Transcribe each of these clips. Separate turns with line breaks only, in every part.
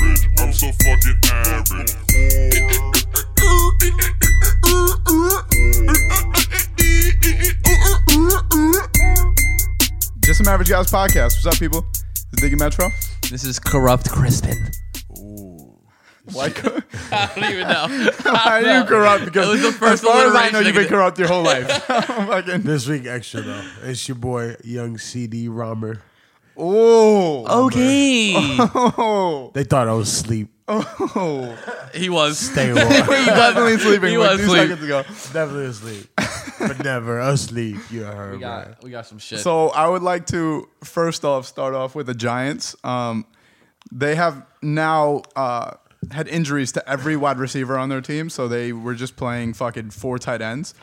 so fucking average.
Just some average guys podcast. What's up, people? This is Diggy Metro.
This is corrupt Crispin.
Why, co-
I don't even know.
why are you corrupt? Because
That was the
as
first
far as I
alliteration
know,
I
you've
could
been
do.
corrupt your whole life. Oh, Fucking-
This week extra though. It's your boy Young CD Romer.
oh,
Okay.
oh,
They thought I was asleep.
oh!
he was.
They were
He definitely sleeping
He
like
was
two
asleep.
seconds ago.
definitely asleep, but never asleep. You heard
We
me.
got, we got some shit.
So I would like to first off start off with the Giants. Um, they have now uh, had injuries to every wide receiver on their team, so they were just playing fucking four tight ends.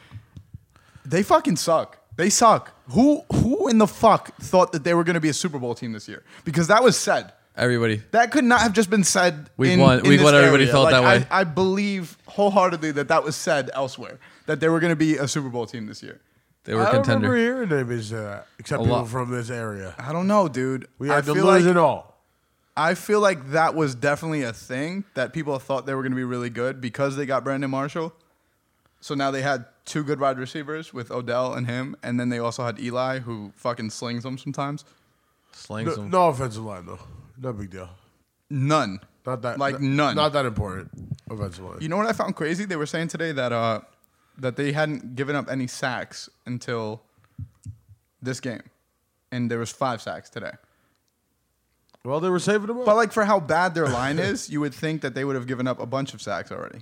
They fucking suck. They suck. Who who in the fuck thought that they were going to be a Super Bowl team this year? Because that was said.
Everybody.
That could not have just been said.
Week
in,
one-
in
week
this
one, everybody
area.
felt
Like,
that way.
I, I believe wholeheartedly that that was said elsewhere. That they were going to be a Super Bowl team this year.
They were
I don't
contender.
remember hearing them bitch say that, except
A
people
lot.
from this area.
I don't know, dude.
We
I
had to
feel
lose
like-
it all.
I feel like that was definitely a thing that people thought they were going to be really good because they got Brandon Marshall. So now they had two good wide receivers with Odell and him, and then they also had Eli, who fucking slings them sometimes.
Slang
No,
some.
no offensive line though. No big deal.
None,
Not that
like
not-
none.
Not that important. Offensive line.
you know what I found crazy? They were saying today that uh that they hadn't given up any sacks until this game, and there was five sacks today.
well, they were saving them up.
But like for how bad their line is, you would think that they would have given up a bunch of sacks already.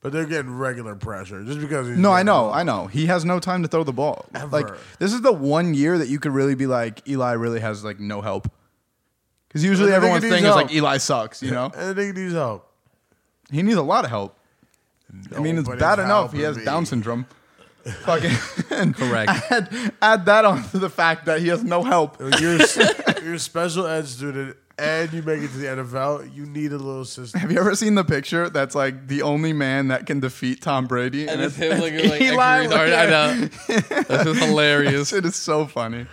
But they're getting regular pressure just because. he's
No, I
getting
know,
it.
I know. He has no time to throw the ball. Like
Ever.
this is the one year that you could really be like Eli really has like no help. Because usually
But I think
everyone's
he needs
thing is like
help.
Eli sucks. You know,
And they need help.
he needs a lot of help. I mean, it's
Nobody's
bad enough he
helping
has
me.
Down syndrome. Fucking
Correct.
Add, add that on to the fact that he has no help.
You're s- you're a special ed student and you make it to the NFL. You need a little system.
Have you ever seen the picture that's like the only man that can defeat Tom Brady?
and it's
it's-
him looking like
Eli
Eli. Retarded. I know. That's just hilarious.
It is so funny.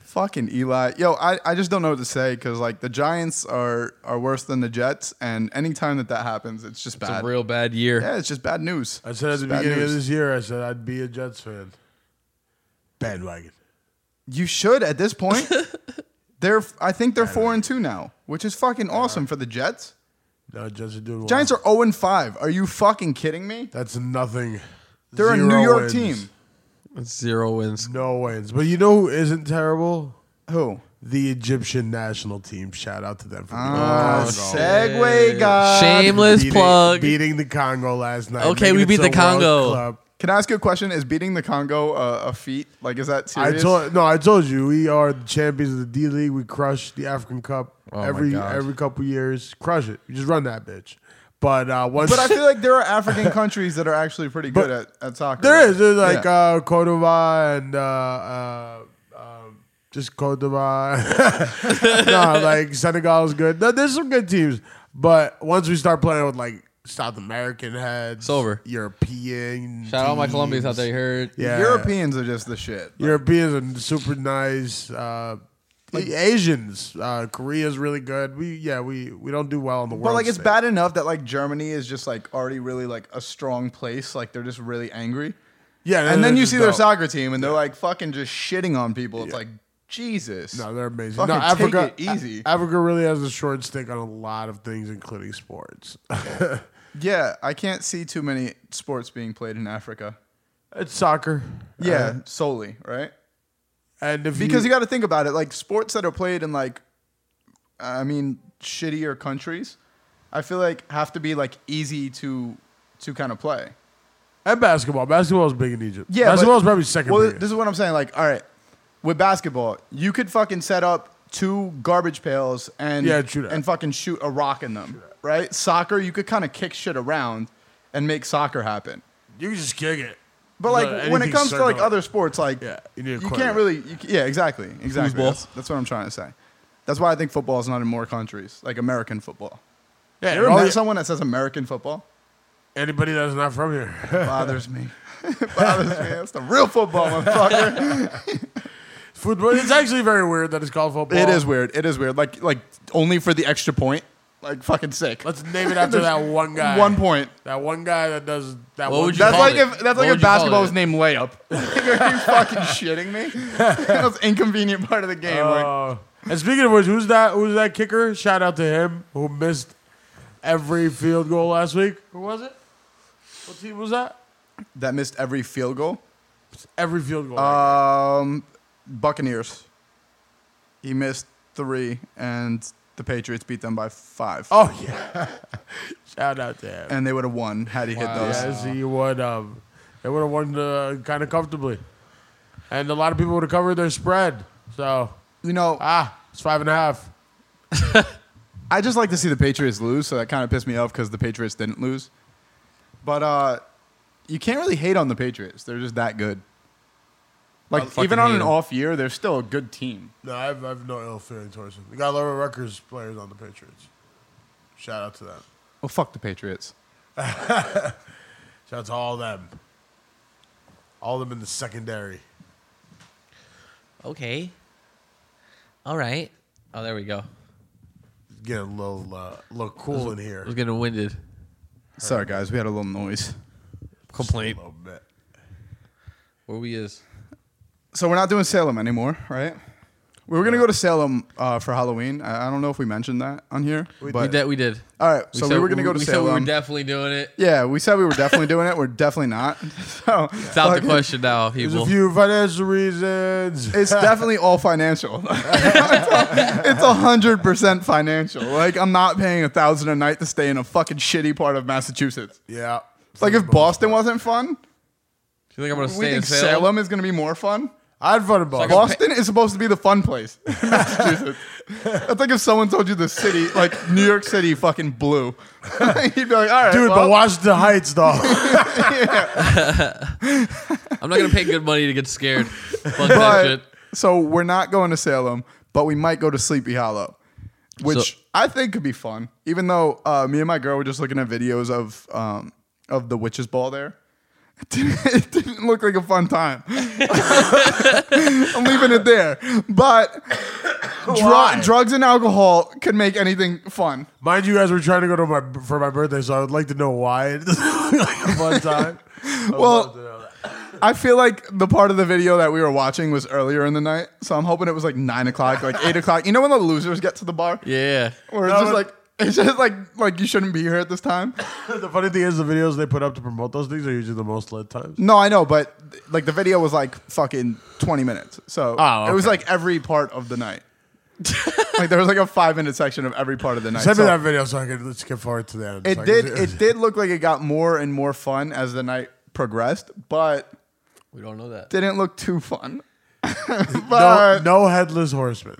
Fucking Eli. Yo, I, I just don't know what to say because, like, the Giants are, are worse than the Jets. And anytime that that happens, it's just
It's
bad.
a real bad year.
yeah, it's just bad news.
I said at the
It's bad
beginning of
news.
this year, I said I'd be a Jets fan. Bandwagon.
You should at this point. they're I think they're 4 and 2 now, which is fucking awesome for the Jets.
No, Jets are doing well.
Giants are 0 and 5. Are you fucking kidding me?
That's nothing.
They're a
Zero
New York
wins.
team.
Zero wins.
No wins. But you know who isn't terrible?
Who?
The Egyptian national team. Shout out to them for
Uh, Segway guy.
Shameless
beating,
plug.
beating the Congo last night.
Okay,
making
we
it
beat
to
the
World
Congo.
Club.
Can I ask you a question? Is beating the Congo a, a feat? Like, is that
I
serious?
told no, I told you we are the champions of the D League. We crush the African Cup
Oh my
every
God.
every couple years. Crush it. You just run that bitch. But uh, once
But I feel like there are African countries that are actually pretty good at, at soccer.
There is. There's like
Yeah.
uh, Cote d'Ivoire and uh, uh, um, just Cote d'Ivoire. no, like Senegal's good. No, there's some good teams. But once we start playing with like South American heads,
It's over.
European.
Shout out all my
teams.
Colombians out there. You heard.
Yeah.
Europeans are just the shit.
Europeans are super nice. Uh, like Asians, uh, Korea's really good. We yeah we, we don't do well in the world.
But like, it's
stage.
bad enough that like Germany is just like already really like a strong place. Like they're just really angry.
Yeah,
And then
they're
you
just
see their
dope.
soccer team and they're like fucking just shitting on people. It's like Jesus.
No, they're amazing.
Fucking
no, Africa
take it easy.
A- Africa really has a short stick on a lot of things, including sports.
yeah, I can't see too many sports being played in Africa.
it's soccer.
Yeah,
Uh,
solely right.
and if
Because you got to think about it, like sports that are played in like, I mean, shittier countries, I feel like have to be like easy to to kind of play.
and basketball, basketball is big in Egypt. basketball is probably second.
Well,
biggest.
this is what I'm saying. Like, all right, with basketball, you could fucking set up two garbage pails and
Yeah, true that.
and fucking shoot a rock in them, right? Soccer, you could kind of kick shit around and make soccer happen.
you can just kick it.
But like when it comes to like other
sports,
sports, like
Yeah,
you,
you need a
can't
quarterback.
really. You, c- yeah, exactly, exactly.
Foosball.
That's, that's what I'm trying to say. That's why I think football is not in more countries, like American football.
yeah,
You ever
all
met
the-
someone that says American football?
anybody that's not from here,
Bothers me. Bothers me. That's the real football, motherfucker.
football. It's actually very weird that it's called football.
It is weird. It is weird. Like like only for the extra point. Like fucking sick.
Let's name it after that one guy.
One point.
That one guy that does
What
that. one
would you
That's
call
like
it?
if that's
What
like if
would you call
basketball
it?
was named layup. Are you fucking shitting me? That's inconvenient part of the game. like,
Uh, and speaking of which, who's that? Who's that kicker? Shout out to him who missed every field goal last week. Who was it? What team was that?
that missed every field goal.
Every field goal.
Um, Buccaneers. He missed three, and the Patriots beat them by five.
oh yeah. Shout out to him.
And uh, they would have won had he hit those.
Yes, he would have. They would have won uh, kind of comfortably, and a lot of people would have covered their spread. So
You know,
ah, it's five and a half.
I just like to see the Patriots lose, so that kind of pissed me off because the Patriots didn't lose. But uh, you can't really hate on the Patriots; they're just that good.
I'll
Like
fucking
even on
hate
an
'em.
off year, they're still a good team.
No, I have, I have no ill feeling towards him. We got Laura Records players on the Patriots. Shout out to them.
Well, Oh, fuck the Patriots.
Shout out to all them. All them in the secondary.
Okay. All right. Oh, there we go.
Get a little, uh, little cool in here.
I was getting winded.
Sorry guys, we had a little noise.
Complaint.
A little bit.
Where we is?
So we're not doing Salem anymore, right? We were gonna go to Salem uh, for Halloween. I, I don't know if we mentioned that on here,
We
but
did. We did.
all right. So we,
said-
were gonna go to
we
Salem.
Said we were definitely doing it.
yeah, we said we were definitely doing it. We're definitely not. So
It's out
like,
the question now,
There's a
people.
few financial reasons.
It's definitely all financial. it's a hundred percent financial. Like I'm not paying a thousand a night to stay in a fucking shitty part of Massachusetts.
yeah.
Like if Boston wasn't fun,
You think I'm gonna
we
stay in
think Salem?
Salem?
is gonna be more fun.
I had fun in Boston.
Boston is supposed to be the fun place. in Massachusetts. That's like if someone told you the city, like New York City, fucking blew. You'd be like, all right,
Dude,
well,
but Washington Heights, though.
I'm not gonna pay good money to get scared. Fuck that shit.
but, so we're not going to Salem, but we might go to Sleepy Hollow, which
So-
I think could be fun. Even though uh, me and my girl were just looking at videos of um, of the witch's ball there. It didn't, it didn't look like a fun time. I'm leaving it there. But
Why?
dr- drugs and alcohol can make anything fun.
Mind you, guys were trying to go to my for my birthday, so I would like to know why. It doesn't look like a fun time. I would
Well-
love to know that.
I feel like the part of the video that we were watching was earlier in the night. So I'm hoping it was like nine o'clock, like eight o'clock. You know when the losers get to the bar?
Yeah.
Or it's
No,
just
but-
like it's just like like you shouldn't be here at this time.
the funny thing is, the videos they put up to promote those things are usually the most lit times.
No, I know, but like the video was like fucking twenty minutes, so
Oh,
it was
okay.
like every part of the night. like there was like a five minute section of every part of the night.
Send
so
me that video so I can let's get forward to the end. so
it
I can
did
see-
it did look like it got more and more fun as the night progressed, but
We don't know that.
didn't look too fun.
no,
but
no headless horseman.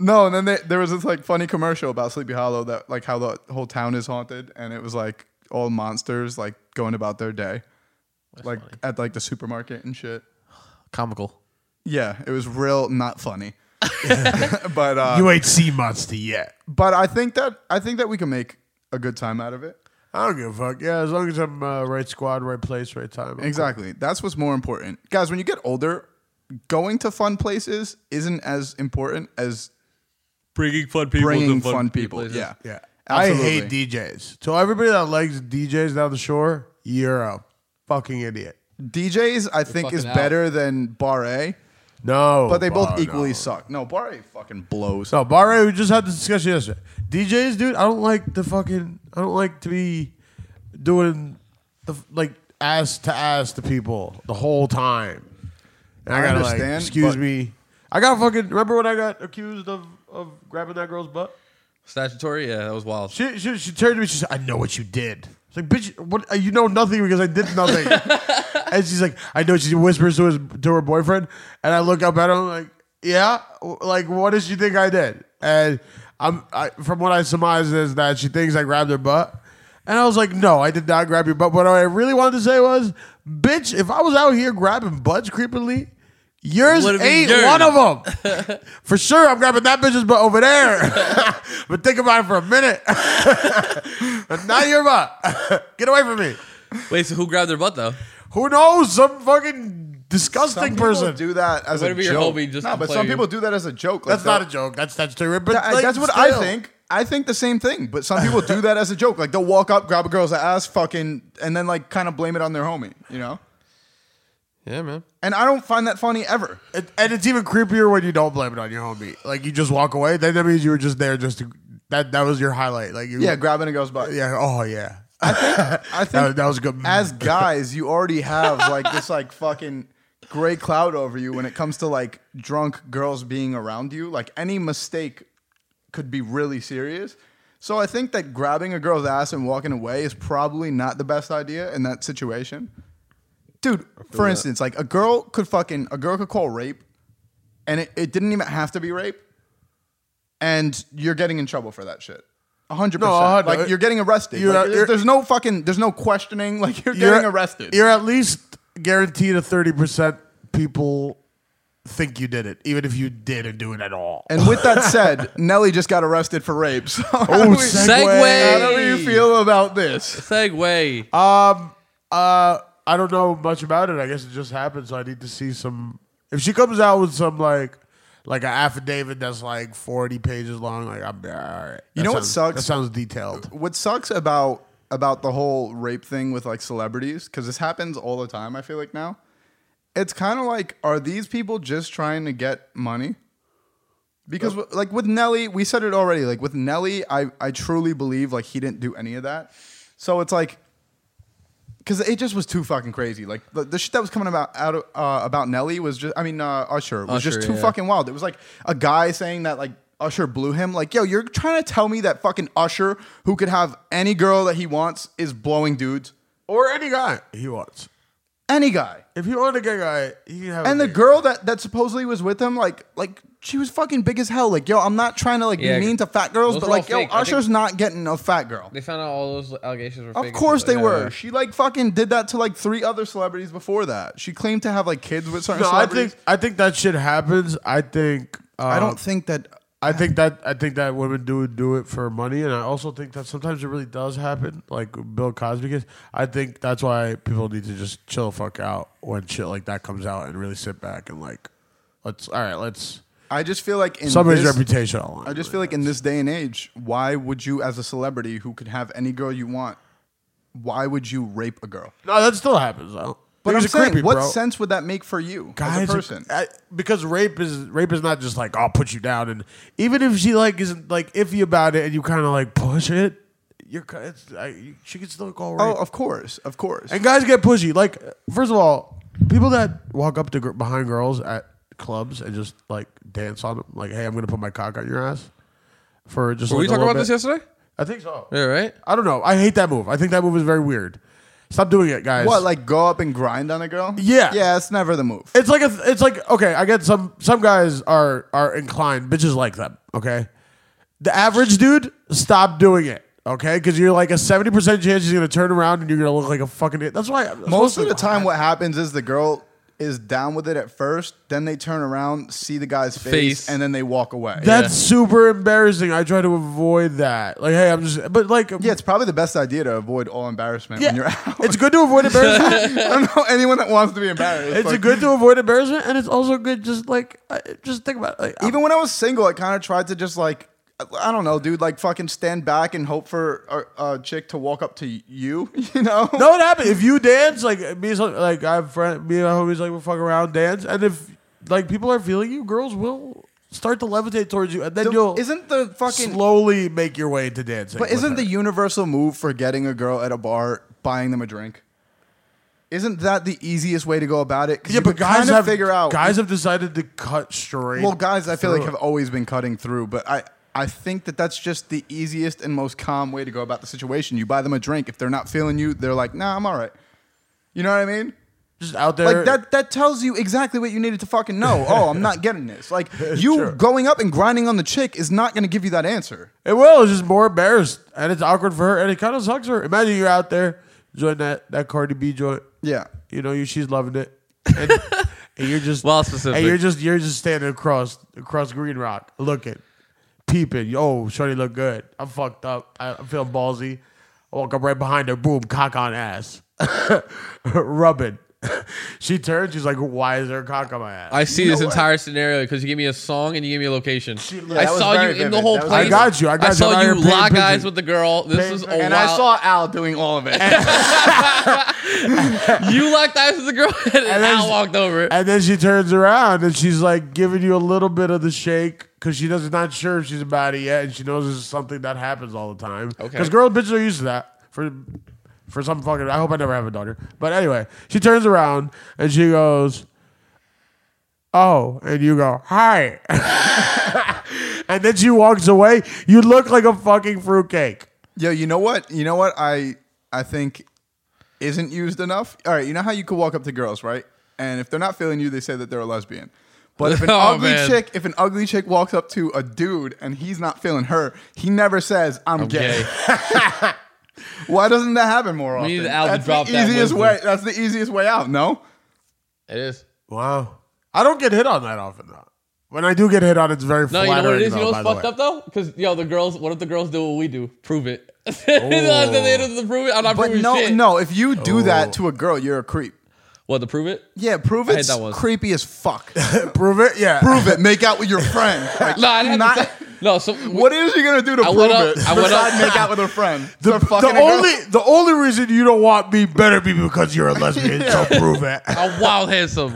No, and then they, there was this like funny commercial about Sleepy Hollow that like how the whole town is haunted, and it was like all monsters like going about their day, like
funny.
at like the supermarket and shit.
Comical.
Yeah, it was real not funny, but uh,
You ain't seen monster yet.
but I think that I think that we can make a good time out of it.
I don't give a fuck. Yeah, as long as I'm uh, right squad, right place, right time. I'm
Exactly, that's what's more important, guys. When you get older, going to fun places isn't as important as
Bringing fun people.
bringing fun, people. Yeah,
cool. Yeah. I
Absolutely.
hate DJs. So everybody that likes DJs down the shore, you're a fucking idiot.
DJs I think is
fucking out.
better than bar A.
No.
But they both
Bar-
equally
no.
suck. No, Barre fucking blows.
No, Barre, we just had this discussion yesterday. DJs, dude, I don't like the fucking. I don't like to be doing the f- like ass to ass to people the whole time. And I,
I
gotta like,
understand,
excuse
but-
me. I got fucking. Remember when I got accused of of grabbing that girl's butt?
Statutory. Yeah, that was wild.
She she, she turned to me. She said, "I know what you did." It's like, bitch, what? uh, You know nothing because I did nothing. and she's like, "I know." She whispers to his to her boyfriend, and I look up at him like, "Yeah, W- like what does she think I did?" And I'm I, from what I surmise is that she thinks I grabbed her butt. And I was like, no, I did not grab your butt. What I really wanted to say was, bitch, if I was out here grabbing butts creepily, yours
Would've been
ain't
yours.
one of them. for sure, I'm grabbing that bitch's butt over there. but think about it for a minute. But not your butt. Get away from me.
Wait, so who grabbed their butt though?
Who knows? Some fucking disgusting
Some people
person.
do that as a
Whatever
joke.
your hobby, just
no,
to
but
play
some
your-
people do that as a joke. Like
That's not a
they'll-
joke. That's that's true. But
I-
like,
uh, that's what I
still.
think. I think the same thing, but some people do that as a joke. Like they'll walk up, grab a girl's ass, fucking, and then like kind of blame it on their homie, you know.
Yeah, man.
And I don't find that funny ever.
And, and it's even creepier when you don't blame it on your homie. Like you just walk away. Then that means you were just there just to that that was your highlight. Like you
Yeah, grabbing a girl's butt.
yeah, oh yeah.
I think
That, that was a good.
as guys, you already have like this like fucking gray cloud over you when it comes to like drunk girls being around you. Like any mistake could be really serious. So I think that grabbing a girl's ass and walking away is probably not the best idea in that situation. Dude, for instance, like a girl could fucking a girl could call rape and it, it didn't even have to be rape. And you're getting in trouble for that shit. 100%.
No, I-
like you're getting arrested.
You're-
Like, there's-
you're-
there's no fucking there's no questioning like you're, getting arrested
You're at least guaranteed a thirty percent people think you did it, even if you didn't do it at all.
and with that said nelly just got arrested for rape so how, do we,
segue.
how
Segway.
do you feel about this
Segway.
Um, uh, I don't know much about it. I guess it just happened, so I need to see some. If she comes out with some like, like an affidavit that's like forty pages long, like I'm all right.
You
That
know what
sounds-
sucks?
That sounds detailed.
what sucks about about the whole rape thing with like celebrities because this happens all the time i feel like now it's kind of like are these people just trying to get money because w- like with nelly we said it already like with nelly i i truly believe like he didn't do any of that so it's like because it just was too fucking crazy. Like the, the shit that was coming about out of, uh, about Nelly was just, I mean, uh, Usher was
Usher,
just too
yeah.
fucking wild. It was like a guy saying that like Usher blew him. Like, yo, you're trying to tell me that fucking Usher, who could have any girl that he wants, is blowing dudes,
Or any guy he wants.
any guy.
If you want a gay guy, he can have.
And
a
the
gay-
girl that, that supposedly was with him, like, like she was fucking big as hell. Like, yo, I'm not trying to like
Yeah,
be mean to fat girls,
those
but
were all
like, yo,
fake. I
Usher's
think-
not getting a fat girl.
They found out all those allegations were fake.
Of
and
course
shit
they
like-
were.
yeah.
She like fucking did that to like three other celebrities before that. She claimed to have like kids with certain
No, I
celebrities.
think I think that shit happens. I think. Uh,
I
um,
don't think that.
I think that I think that women do do it for money, and I also think that sometimes it really does happen, like Bill Cosby. Gets. I think that's why people need to just chill the fuck out when shit like that comes out, and really sit back and like, let's all right, let's
I just feel like in
somebody's
this,
reputation. on the line.
I just feel like in this day and age, why would you, as a celebrity who could have any girl you want, why would you rape a girl?
no, that still happens though.
But I'm
Niggas are
saying,
creepy,
what
bro.
sense would that make for you as
Guys are-
a person?
I, because rape is rape is not just like I'll put you down, and even if she like isn't like iffy about it, and you kind of like push it, you're ki- it's, I, you, she can still call rape.
oh, of course, of course.
And guys get pushy. Like, first of all, people that walk up to gr- behind girls at clubs and just like dance on them, like, "Hey, I'm gonna put my cock on your ass." For just
Were we
like, a
talking about
little
this
bit.
yesterday?
I think so.
Yeah, right.
I don't know. I hate that move. I think that move is very weird. Stop doing it, guys.
what, like go up and grind on a girl?
Yeah.
yeah, it's never the move.
It's like a. th- It's like okay. I get some. Some guys are are inclined. Bitches like them. Okay. The average dude, stop doing it. Okay, because you're like a seventy percent chance he's gonna turn around and you're gonna look like a fucking. idiot. That's why that's
Most
mostly
of the
why
time, what happens is the girl is down with it at first, then they turn around, see the guy's face,
Face.
and then they walk away.
That's super embarrassing. I try to avoid that. Like, hey, I'm just, but like,
yeah, it's probably the best idea to avoid all embarrassment when you're out.
it's good to avoid embarrassment.
I don't know anyone that wants to be embarrassed.
it's
but-
good to avoid embarrassment, and it's also good just like, I, just think about it. Like, I'm-
Even when I was single, I kind of tried to just like, I don't know, dude, like fucking stand back and hope for a, a chick to walk up to you, you know?
no, it happened. If you dance, like me, and some- like I have friend, me and my homies, like we will fuck around, dance, and if like people are feeling you, girls will start to levitate towards you, and then
The-
you'll
isn't the fucking.
slowly make your way into dancing.
but
with
isn't
her.
the universal move for getting a girl at a bar buying them a drink? Isn't that the easiest way to go about it? 'Cause
yeah?
you
But
can
guys
kinda
have
figure out.
Guys have decided to cut straight.
well, guys, I feel like
through
have always been cutting through, but I. I think that that's just the easiest and most calm way to go about the situation. You buy them a drink. If they're not feeling you, they're like, "Nah, I'm all right." You know what I mean?
just out there
Like that that tells you exactly what you needed to fucking know. Oh, I'm not getting this. Like you
Sure.
going up and grinding on the chick is not going to give you that answer.
It will. It's just more embarrassed, and it's awkward for her, and it kind of sucks for her. Imagine you're out there joining that that Cardi B joint.
Yeah.
You know, you she's loving it, and, and you're just
Well, specific.
And you're just you're just standing across across Green Rock, looking, peeping. Yo, Shorty look good. I'm fucked up. I, I feel ballsy. I walk up right behind her. Boom, cock on ass, rubbing. she turned. She's like, "Why is there a cock on my ass?"
I see this entire scenario because you gave me a song and you gave me a location. I
that was
saw you
very
in the
vivid.
whole
That was
place.
I got you. I got you.
saw
I'm out
you
here paying
lock eyes
attention.
with the girl. This was a
And I
wild-
saw Al doing all of it.
you locked eyes with the girl and,
then
Al
she-
walked over.
And then she turns around and she's like giving you a little bit of the shake because she doesn't not sure if she's about it yet, and she knows this is something that happens all the time. Okay. Because girl bitches are used to that for for some fucking. I hope I never have a daughter. But anyway, she turns around and she goes, "Oh," and you go, "Hi," and then she walks away. You look like a fucking fruitcake.
Yo, you know what? You know what I I think isn't used enough. All right, you know how you could walk up to girls, right? And if they're not feeling you, they say that they're a lesbian. But if an
Oh,
ugly
man.
chick, if an ugly chick walks up to a dude and he's not feeling her, he never says I'm, gay.
Gay.
Why doesn't that happen more often?
need Al to
that's
drop
the
that
easiest
wisdom.
way. That's the easiest way out. No,
It is.
Wow, I don't get hit on that often though. When I do get hit on, it's very
No,
flattering.
Oh, you know what it is. You
though,
know what's
by the
fucked
way.
up though, because yo, the girls. What if the girls do what we do? Prove it. No, they don't prove it. I'm not
but
proving
no,
shit.
no. If you do that to a girl, you're a creep.
What to prove it?
Yeah, prove
had
it's
that once.
creepy as fuck.
Prove it, yeah.
prove it. Make out with your friend. Like,
No, I didn't
not.
have to say- no. So
What is she gonna do to
I
prove
went up-
it?
I went up-
besides make out with her friend.
The,
Start fucking
the
a girl?
only the only reason you don't want me better be because you're a lesbian. So prove it.
I'm wild handsome.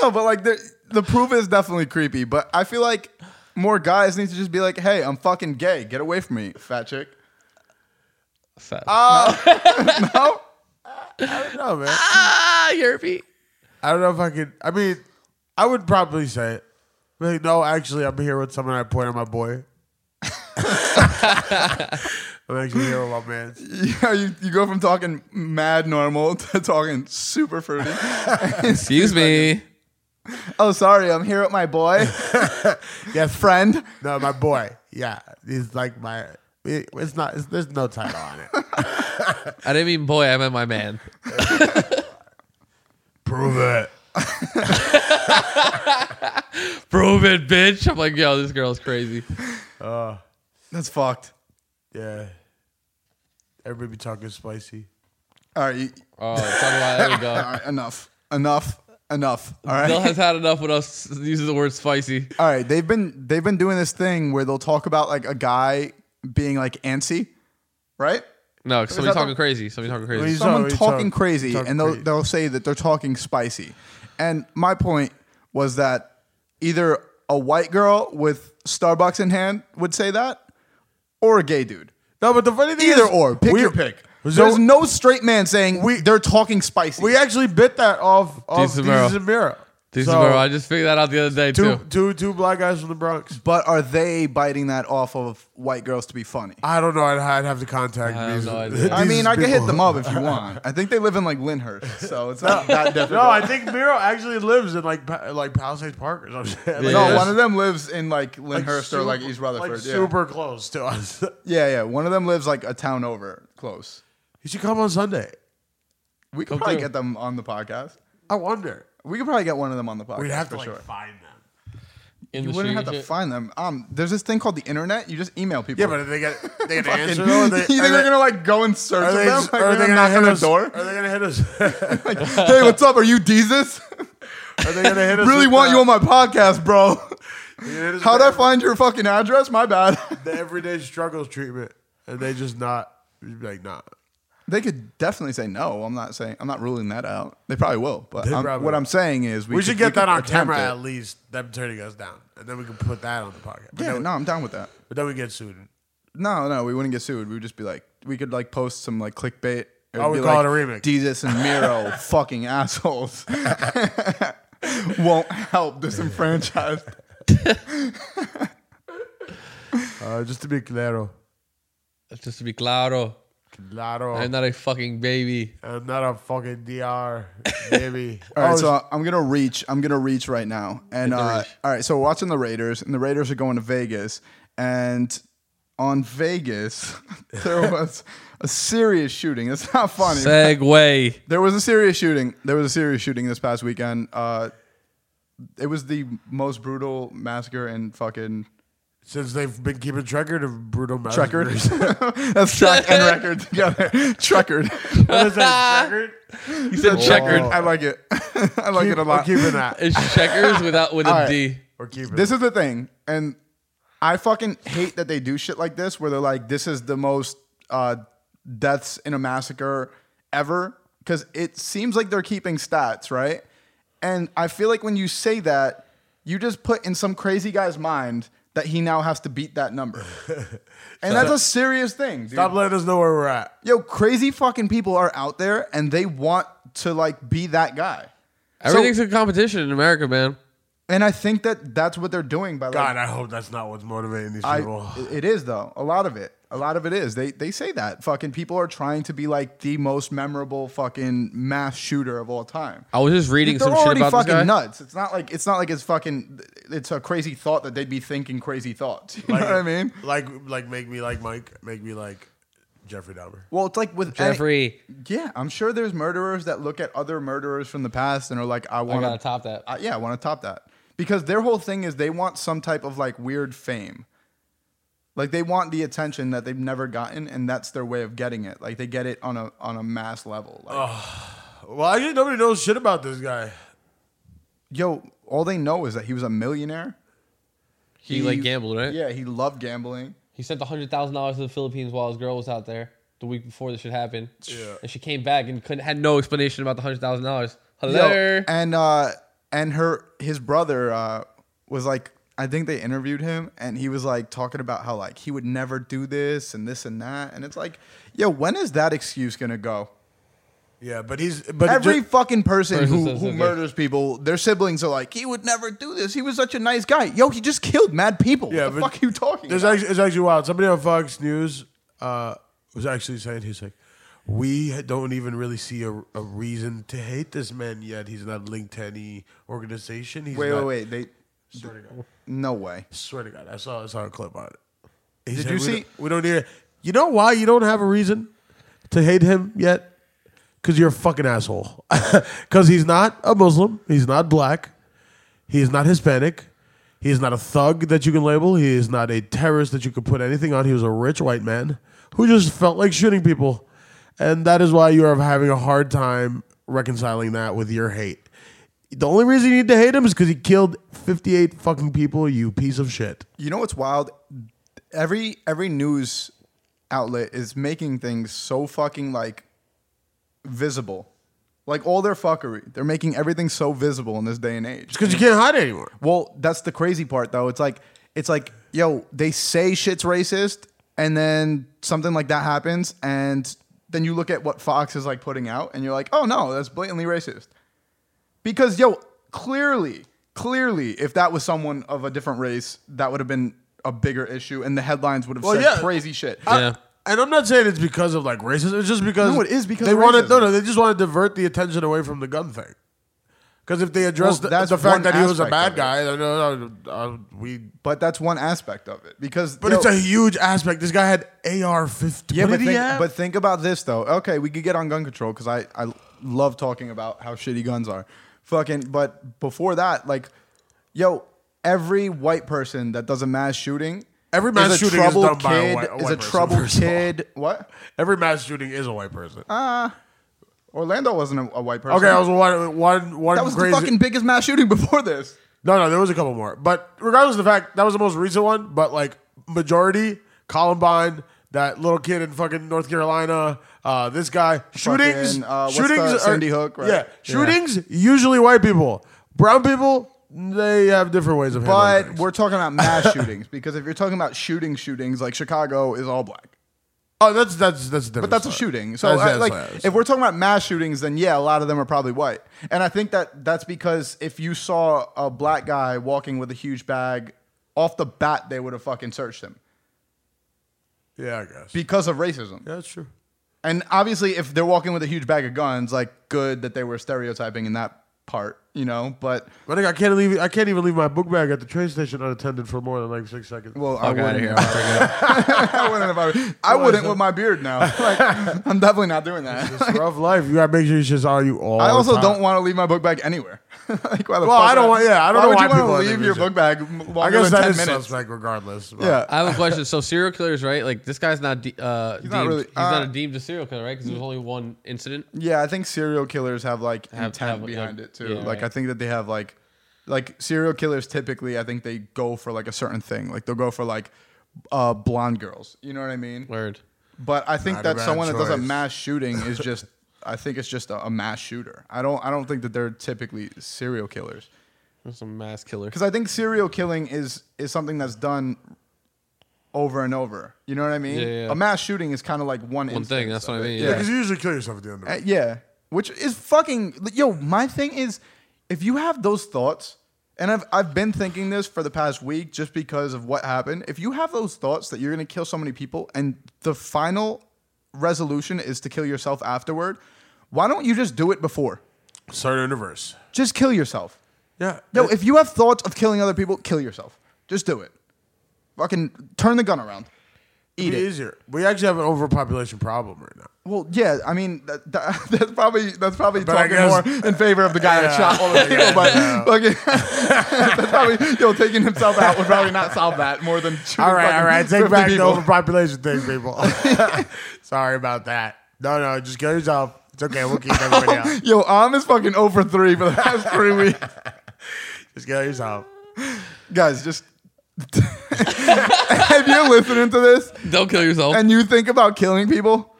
No, but like the the proof is definitely creepy. But I feel like more guys need to just be like, "Hey, I'm fucking gay. Get away from me, fat chick."
Fat.
No,
No man,
ah, Yerpy.
I don't know if I could. I mean, I would probably say it. Like, no, actually, I'm here with someone. I point at my boy. I'm actually here with my man.
yeah, you, you go from talking mad normal to talking super fruity.
Excuse me.
oh, sorry, I'm here with my boy. yes, friend.
No, my boy. Yeah, he's like my. it- it's not. It's, there's no title on it.
I didn't mean boy. I meant my man.
prove it.
Prove it, bitch. I'm like, yo, this girl's crazy.
That's fucked.
Yeah. Everybody be talking spicy.
All right, you,
Oh, talk about there we go.
all right, enough, enough, enough. All right.
Bill has had enough with us using the word spicy.
All right, they've been they've been doing this thing where they'll talk about like a guy being like antsy, right?
No, 'cause somebody
that the-
talking crazy. Somebody talking crazy.
He's
Someone
always
talking
talk-
crazy,
talk
and they'll
crazy.
they'll say that they're talking spicy. And my point was that either a white girl with Starbucks in hand would say that, or a gay dude.
No, but the funny thing
Either
is,
or, pick
we-
your pick.
So-
There's no straight man saying
We-
they're talking spicy.
We actually bit that off off
Desus Zamiro.
Desus Zamiro.
These
So,
are- I just figured that out the other day
two,
too.
two, two black guys from the Bronx.
but are they biting that off of white girls to be funny?
I don't know. I'd, I'd have to contact
I have
these.
no idea.
these
I mean, I can hit
people.
them up if you want. I think they live in like Lyndhurst, so it's not that difficult.
No, I think Miro actually lives in like Pa- like Palisades Park or something.
Yeah.
No,
Yes.
one of them lives in like Lyndhurst or like East Rutherford.
Like
yeah.
super close to us.
yeah, yeah. One of them lives like a town over, close.
you should come on Sunday.
We could
Come
probably
through.
get them on the podcast.
I wonder.
We could probably get one of them on the podcast.
We'd have to
for
like
sure.
find them.
In
You wouldn't
the street
have
and
to
shit.
find them. Um, there's this thing called the internet. You just email people.
Yeah, but if they get they get an
And-
answer though. Are they,
you think
are
they're
they-
gonna like go and search
are
for
they,
them? Like,
are
they're
they
gonna
gonna
knock
hit
on the
us?
door?
Are they gonna hit us?
Like, hey, what's up? Are you Jesus?
Are they gonna hit us?
really
with
want
the-
you on my podcast, bro?
They hit us with
How'd
the-
I find your fucking address? My bad.
the everyday struggles treatment, and they just not just be like, nah.
They could definitely say no. I'm not saying I'm not ruling that out. They probably will. But I'm-
probably
what
will.
I'm saying is we,
We
could-
should get
could
that on
attempt
camera
it.
at least. Them turning us down, and then we can put that on the podcast. But,
Yeah,
then,
no, I'm down with that.
but then we get sued.
No, no, we wouldn't get sued. We would just be like, we could like post some like clickbait. It
Oh,
would
we
be
call
like,
it a remix.
Jesus and Miro, fucking assholes. Won't help disenfranchised.
Uh, just to be claro,
Just to be claro,
claro.
I'm
I'm not,
not a fucking baby.
a fucking dr baby.
All right,
Oh,
so I'm gonna reach. I'm gonna reach right now. And uh, all right, so we're watching the Raiders, and the Raiders are going to Vegas. And on Vegas, there was a serious shooting. It's not funny.
Segway.
There was a serious shooting. There was a serious shooting this past weekend. Uh, it was the most brutal massacre in fucking
Since they've been keeping record of Bruno Mars.
Trekkers. That's track and record together. Trekkered.
What is that? Record?
You said checkered.
I like it. I like it a lot.
We're keeping that.
Oh. It's checkers without with a D.
All right.
We're keeping
This is the thing, and I fucking hate that they do shit like this, where they're like, "This is the most uh, deaths in a massacre ever," because it seems like they're keeping stats, right? And I feel like when you say that, you just put in some crazy guy's mind that he now has to beat that number, and that's a serious thing. Dude.
Stop letting us know where we're at.
Yo, crazy fucking people are out there, and they want to like be that guy.
Everything's a competition in America, man.
And I think that that's what they're doing by like,
God, I hope that's not what's motivating these
I,
people.
it is though. A lot of it. A lot of it is. They they say that fucking people are trying to be like the most memorable fucking mass shooter of all time.
I was just reading
They're
some shit
already
about this
fucking
guy.
nuts. It's not like it's not like it's fucking. It's a crazy thought that they'd be thinking crazy thoughts. You know what I mean?
Like, like, make me like Mike. Make me like Jeffrey Dahmer.
Well, it's like with any-
Jeffrey,
yeah, I'm sure there's murderers that look at other murderers from the past and are like, I
I
want
gotta top that.
I, yeah, I want to top that because their whole thing is they want some type of like weird fame. Like they want the attention that they've never gotten, and that's their way of getting it. Like they get it on a on a mass level. Like,
Well, actually, nobody knows shit about this guy.
yo, all they know is that he was a millionaire.
He, like gambled, right?
Yeah, he loved gambling.
He sent hundred thousand dollars to the Philippines while his girl was out there the week before this shit happened.
Yeah.
And she came back and couldn't had no explanation about the hundred thousand dollars.
Yo,
Hello.
and uh, and her his brother uh, was like, I think they interviewed him, and he was like talking about how like he would never do this and this and that, and it's like, yo, when is that excuse gonna go?
Yeah, but he's but it
Every
ju-
fucking person
Person
who,
says
who
that, yeah.
murders people, their siblings are like, he would never do this. He was such a nice guy. Yo, he just killed mad people.
Yeah,
what the
but
fuck are you talking
There's
about?
actually, it's actually wild. Somebody on Fox News uh, was actually saying he's like, we don't even really see a, a reason to hate this man yet. He's not linked to any organization. He's
wait,
not,
wait, wait. They,
Swear to God,
no way.
swear to God, I saw I saw a clip on it. He
Did
said,
you
"We
see-
don't- We don't need. You know why you don't have a reason to hate him yet? Because you're a fucking asshole. Because he's not a Muslim. He's not black. He is not Hispanic. He is not a thug that you can label. He is not a terrorist that you could put anything on. He was a rich white man who just felt like shooting people. And that is why you are having a hard time reconciling that with your hate. The only reason you need to hate him is because he killed 58 fucking people, you piece of shit.
You know what's wild? Every every news outlet is making things so fucking like visible. Like all their fuckery. They're making everything so visible in this day and age.
Because you can't hide it anymore.
Well, that's the crazy part though. It's like it's like, yo, they say shit's racist and then something like that happens and then you look at what Fox is like putting out and you're like, "Oh no, that's blatantly racist." Because yo, clearly, clearly if that was someone of a different race, that would have been a bigger issue and the headlines would have
Well,
said
yeah.
crazy shit.
I-
Yeah.
and I'm not saying it's because of like racism. It's just because
No, it is because
they
of
wanted no,
racism.
no. They just want to divert the attention away from the gun thing. Because if they address
Well,
the-
that's
the, fact
one
that he was a
aspect
bad
of it.
guy, no, no, no, uh, we.
but that's one aspect of it because
But
yo,
it's a huge aspect. This guy had AR-15.
Yeah,
what
but
did he
think,
have?
but think about this though. Okay, we could get on gun control because I, I love talking about how shitty guns are. Fucking, but before that, like, yo, every white person that does a mass shooting,
Every mass
a
shooting is
troubled
done by a
kid,
white- a
is
white
a
person,
troubled
first of all.
kid. What?
Every mass shooting is a white person.
Orlando wasn't a, a white person.
okay, I was one, one, one
that was
crazy.
the fucking biggest mass shooting before this.
No, no, there was a couple more. But regardless of the fact, that was the most recent one. But like majority Columbine, that little kid in fucking North Carolina, uh, this guy shootings,
Fucking, uh, what's
shootings,
the-
are-
Sandy Hook, right?
Yeah,
Yeah.
shootings usually white people, brown people. They have different ways of handling
But
things.
we're talking about mass shootings because if you're talking about shooting shootings, like Chicago is all black.
oh, that's that's that's different.
But that's a
story.
shooting. So,
That's-
I-
that's
like,
fine, that's
if we're talking about mass shootings, then yeah, a lot of them are probably white. And I think that that's because if you saw a black guy walking with a huge bag, off the bat they would have fucking searched him
yeah, I guess.
because of racism.
yeah, that's true.
And obviously, if they're walking with a huge bag of guns, like, good that they were stereotyping in that part, you know. But
But I can't leave. I can't even leave my book bag at the train station unattended for more than like six seconds.
well, I
Fuck outta
wouldn't.
here.
I wouldn't. If I, were- I wouldn't with my beard now. Like, I'm definitely not doing that.
it's a rough life. You gotta make sure your shit's on you all.
I
the
also
time.
don't want to leave my book bag anywhere. like, why the
Well,
fuck
I don't
would-
want- yeah, I don't know
would
why
you wanna
people are
leave
leaving
your
shit.
book bag
I
longer than
guess that
10
is
minutes.
suspect regardless. but-
Yeah.
I have a question. So serial killers, right? Like this guy's not de- uh, deemed,
not really-
he's not
uh,
a deemed a serial killer, right? Because there was only one incident.
Yeah, I think serial killers have like intent
have,
behind
like-
it too.
yeah,
like
right.
I think that they have like like serial killers typically I think they go for like a certain thing. Like they'll go for like uh blonde girls. You know what I mean?
Word.
But I think
Not a
that
bad
someone that does a
choice.
mass shooting is just I think it's just a, a mass shooter. I don't I don't think that they're typically serial killers.
There's some mass killer.
Cuz I think serial killing is is something that's done over and over. You know what I mean?
Yeah, yeah, yeah.
A mass shooting is kind of like one
One thing.
instance
That's
of
what I
it.
mean.
Yeah.
Yeah.
Because you usually kill yourself at the end of
Uh,
it.
yeah, which is fucking yo. My thing is, if you have those thoughts, and I've I've been thinking this for the past week just because of what happened. If you have those thoughts that you're gonna kill so many people, and the final resolution is to kill yourself afterward, why don't you just do it before?
Start universe.
Just kill yourself.
Yeah.
Yo, if you have thoughts of killing other people, kill yourself. Just do it. Fucking turn the gun around. Eat
It'd
it.
be easier. We actually have an overpopulation problem right now.
Well, yeah, I mean that, that, that's probably that's probably
But I
talking
guess-
more in favor of the guy that
Yeah.
shot all the people, but okay, that's probably yo taking himself out would probably not solve that more than shooting
All right,
fucking
all right. Take
50
back
people.
the overpopulation thing, people. Sorry about that. No, no, just kill yourself. It's okay. We'll keep everybody out.
Yo, Am is fucking over three for the last three weeks,
Just kill yourself.
guys. Just if you're listening to this
Don't kill yourself.
and you think about killing people,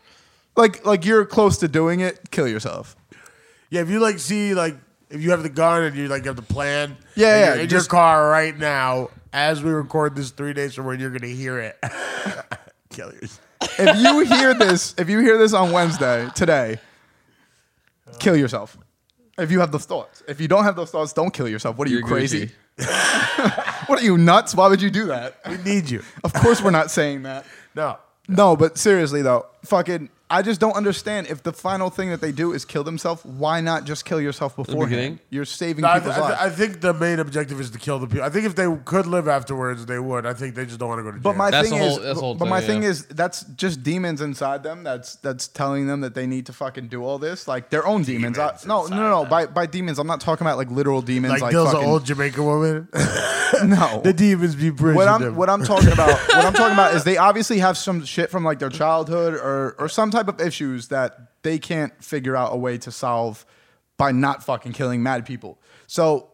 like like you're close to doing it, kill yourself.
Yeah, if you like see like if you have the gun and you like have the plan.
Yeah,
and
yeah,
you're in
just-
your car right now as we record this three days from when you're gonna hear it. kill yourself.
If you hear this, if you hear this on Wednesday today, kill yourself. If you have those thoughts, if you don't have those thoughts, don't kill yourself. What are you
You're
crazy?
Gucci.
What are you nuts? Why would you do that?
We need you.
Of course, we're not saying that.
No.
No, but seriously though, fucking, I just don't understand. If the final thing that they do is kill themselves, why not just kill yourself
beginning?
beforehand? You're saving
No, I,
people's
I-
lives.
I think the main objective is to kill the people. I think if they could live afterwards, they would. I think they just don't want to go to jail.
But my
That's
thing
the whole-
is,
that's the whole
but my
thing,
thing
yeah.
is, that's just demons inside them. That's that's telling them that they need to fucking do all this, like their own demons. I-
Demons
no, no, no, no. By by demons, I'm not talking about like literal demons,
like,
like,
Dill's an
fucking
old Jamaican woman.
no.
the demons be pretty.
what I'm what I'm talking about, what I'm talking about is they obviously have some shit from like their childhood or or some type of issues that they can't figure out a way to solve by not fucking killing mad people. So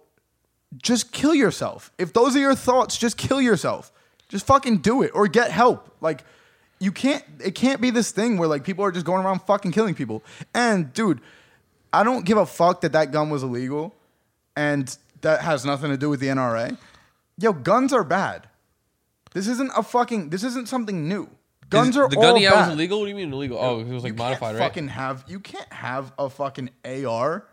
just kill yourself. If those are your thoughts, just kill yourself. Just fucking do it or get help. Like you can't it can't be this thing where like people are just going around fucking killing people. And dude, I don't give a fuck that that gun was illegal and that has nothing to do with the NRA. Yo, guns are bad. This isn't a fucking this isn't something new. Guns
Is-
are
the
all
gun he had
bad.
was illegal. What do you mean illegal? Oh, it was like
You can't
modified, right?
fucking have you can't have a fucking AR.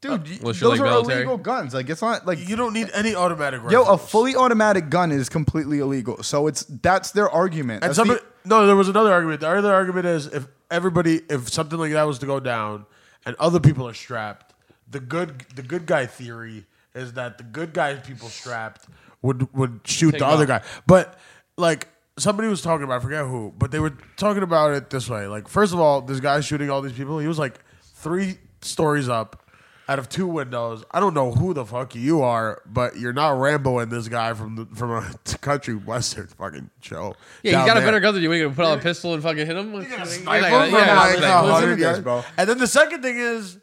Dude, you-
Uh, what's
those
your, like,
are
military?
illegal guns. Like it's not like
You don't need any automatic
Yo,
rifles.
a fully automatic gun is completely illegal. So it's that's their argument.
And
That's the-
somebody, no, there was another argument. The other argument is if everybody, if something like that was to go down, and other people are strapped, the good, the good guy theory is that the good guy people strapped would would shoot the
them
other
out.
guy. But like somebody was talking about, I forget who, but they were talking about it this way. Like first of all, this guy shooting all these people, he was like three stories up. Out of two windows, I don't know who the fuck you are, but you're not Rambo and this guy from the, from a country western fucking show.
yeah,
down
you got a
there.
better gun than you. What, You gonna put out a pistol and fucking hit him? You're
You're
like,
gonna
you're
snipe
like,
him from
yeah, like,
like,
a
listen,
hundred-
100 yards,
bro.
And then the second thing is,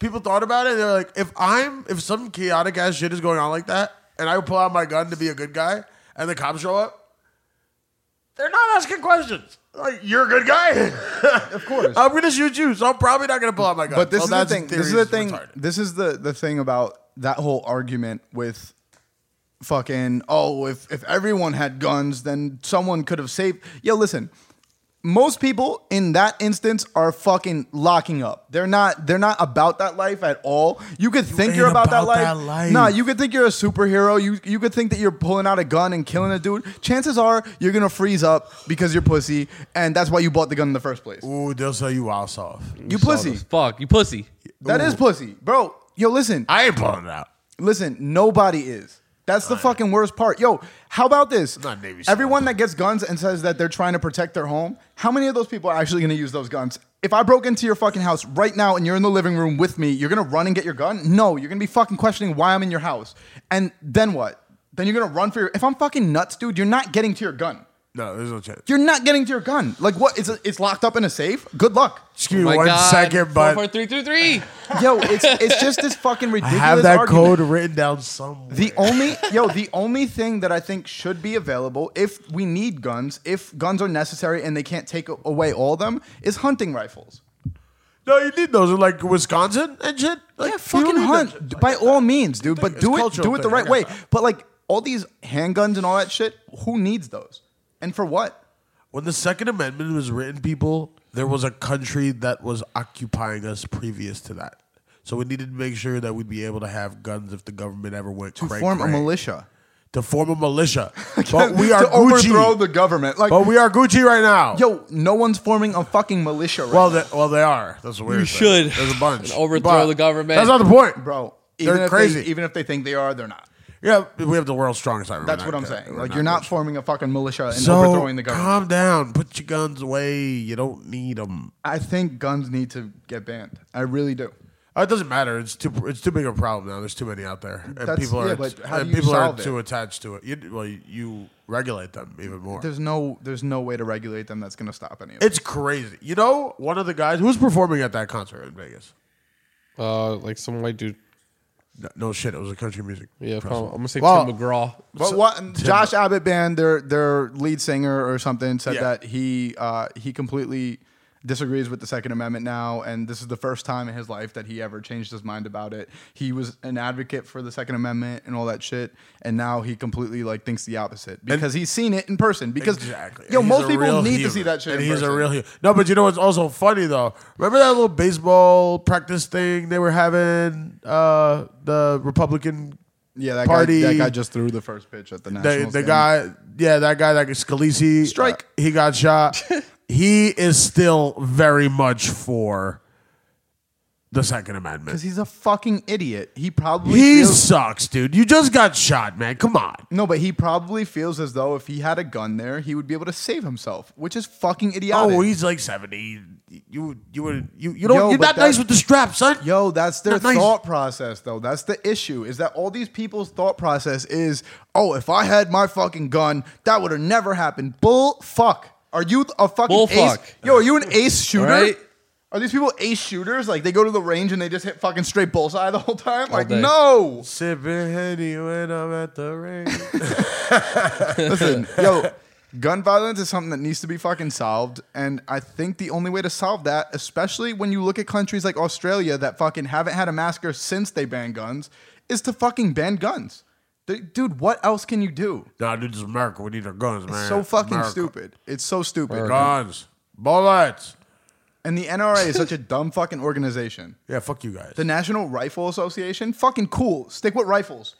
people thought about it. They're like, if I'm, if some chaotic ass shit is going on like that, and I pull out my gun to be a good guy, and the cops show up, they're not asking questions. Like, you're a good guy.
of course.
I'm gonna shoot you, so I'm probably not gonna pull out my gun.
but this
So
is the
that's
thing. This
theory
is the thing.
retarded.
This is the the thing about that whole argument with fucking oh if if everyone had guns then someone could have saved. Yo, listen. Most people in that instance are fucking locking up. They're not. They're not about that life at all. You could think
ain't
you're about, that,
about
life.
that life.
Nah, you could think you're a superhero. You you could think that you're pulling out a gun and killing a dude. Chances are you're gonna freeze up because you're pussy, and that's why you bought the gun in the first place.
Ooh, they'll sell you wild soft.
You
Soft
pussy.
as oh, Fuck, you pussy.
That is pussy, bro. Yo, listen,
I ain't pulling it out.
listen. Nobody is. That's the fucking worst part. Yo, how about this?
Not Navy SEAL.
Everyone that gets guns and says that they're trying to protect their home, how many of those people are actually going to use those guns if I broke into your fucking house right now and you're in the living room with me, you're gonna run and get your gun? No, you're gonna be fucking questioning why I'm in your house. And then what? Then you're gonna run for your. If I'm fucking nuts, dude, you're not getting to your gun.
No, there's no chance.
You're not getting to your gun. Like what? It's it's locked up in a safe. Good luck.
Excuse me one second, but
Oh four, four, three, three, three.
Yo, it's it's just this fucking
I
ridiculous.
have that
argument.
code written down somewhere.
The only yo, the only thing that I think should be available if we need guns, if guns are necessary and they can't take a- away all of them, is hunting rifles.
no, you need those in like Wisconsin and shit. Like,
Yeah,
you
fucking
don't need
hunt
them.
by all means, dude. But
It's
do it,
cultural
do it the
thing, I
right
got
way.
that.
But like all these handguns and all that shit, who needs those? And for what?
When the Second Amendment was written, people, there was a country that was occupying us previous to that. So we needed to make sure that we'd be able to have guns if the government ever went
To
cray
form
cray.
a militia,
To form a militia. But we are
to overthrow
Gucci.
the government. Like
but we are Gucci right now.
yo, no one's forming a fucking militia right
Well, they, well, they are. That's a weird.
You
thing.
should.
There's a bunch.
And overthrow the government.
That's not the point,
bro.
They're
even if they-
crazy.
even if they think they are, they're not.
yeah, we have the world's strongest army. We're
That's
not
what I'm
good.
saying.
We're
Like you're not
good.
forming a fucking militia and
So
overthrowing the government.
calm down. Put your guns away. You don't need them.
I think guns need to get banned. I really do.
Uh, it doesn't matter. It's too. It's too big a problem now. There's too many out there, and
That's-
people are.
yeah, but how do
and
you
people are
solve it?
too attached to it. You, well, you regulate them even more.
There's no there's no way to regulate them that's gonna stop any of it.
it's crazy. You know, one of the guys who's performing at that concert in Vegas.
Uh, like some white dude.
No, no shit. It was a country music.
Yeah,
festival.
probably. I'm gonna say
Well-
Tim McGraw.
But what Josh Abbott band, their their lead singer or something, said
Yeah.
that he uh, he completely disagrees with the Second Amendment now, and this is the first time in his life that he ever changed his mind about it. He was an advocate for the Second Amendment and all that shit, and now he completely like thinks the opposite because he's seen it in person. Because
Exactly.
yo,
And he's
most
a
people
real
need to
human.
see that shit.
And
in
he's
person.
a real human. No, but you know what's also funny though? Remember that little baseball practice thing they were having? Uh, the Republican.
yeah. That
party.
guy, that guy just threw the first pitch at the
The,
national.
the guy, yeah, that guy, like Scalisi,
Strike.
uh, he got shot. he is still very much for the Second
because
Amendment.
he's a fucking idiot. He probably
He
feels-
sucks, dude. You just got shot, man. Come on.
No, but he probably feels as though if he had a gun there, he would be able to save himself, which is fucking idiotic.
Oh, he's like seventy. You you would you you don't
Yo,
you're
but
not nice
that-
with the strap, son.
Yo, that's their
Not nice.
thought process, though. That's the issue. Is that all these people's thought process is, oh, if I had my fucking gun, that would have never happened. Bull fuck. Are you a fucking
Bull
ace?
fuck.
Yo, are you an ace shooter?
Right?
Are these people ace shooters? Like they go to the range and they just hit fucking straight bullseye the whole time? like
day.
no.
Sipping Henny when I'm at the ring.
Listen, yo, gun violence is something that needs to be fucking solved. And I think the only way to solve that, especially when you look at countries like Australia that fucking haven't had a massacre since they banned guns, is to fucking ban guns. D- Dude, what else can you do?
nah, dude, this is America. We need our guns, man.
So fucking
America.
stupid. It's so stupid.
Guns, bullets.
And the NRA is such a dumb fucking organization.
Yeah, fuck you guys.
The National Rifle Association, fucking cool. Stick with rifles.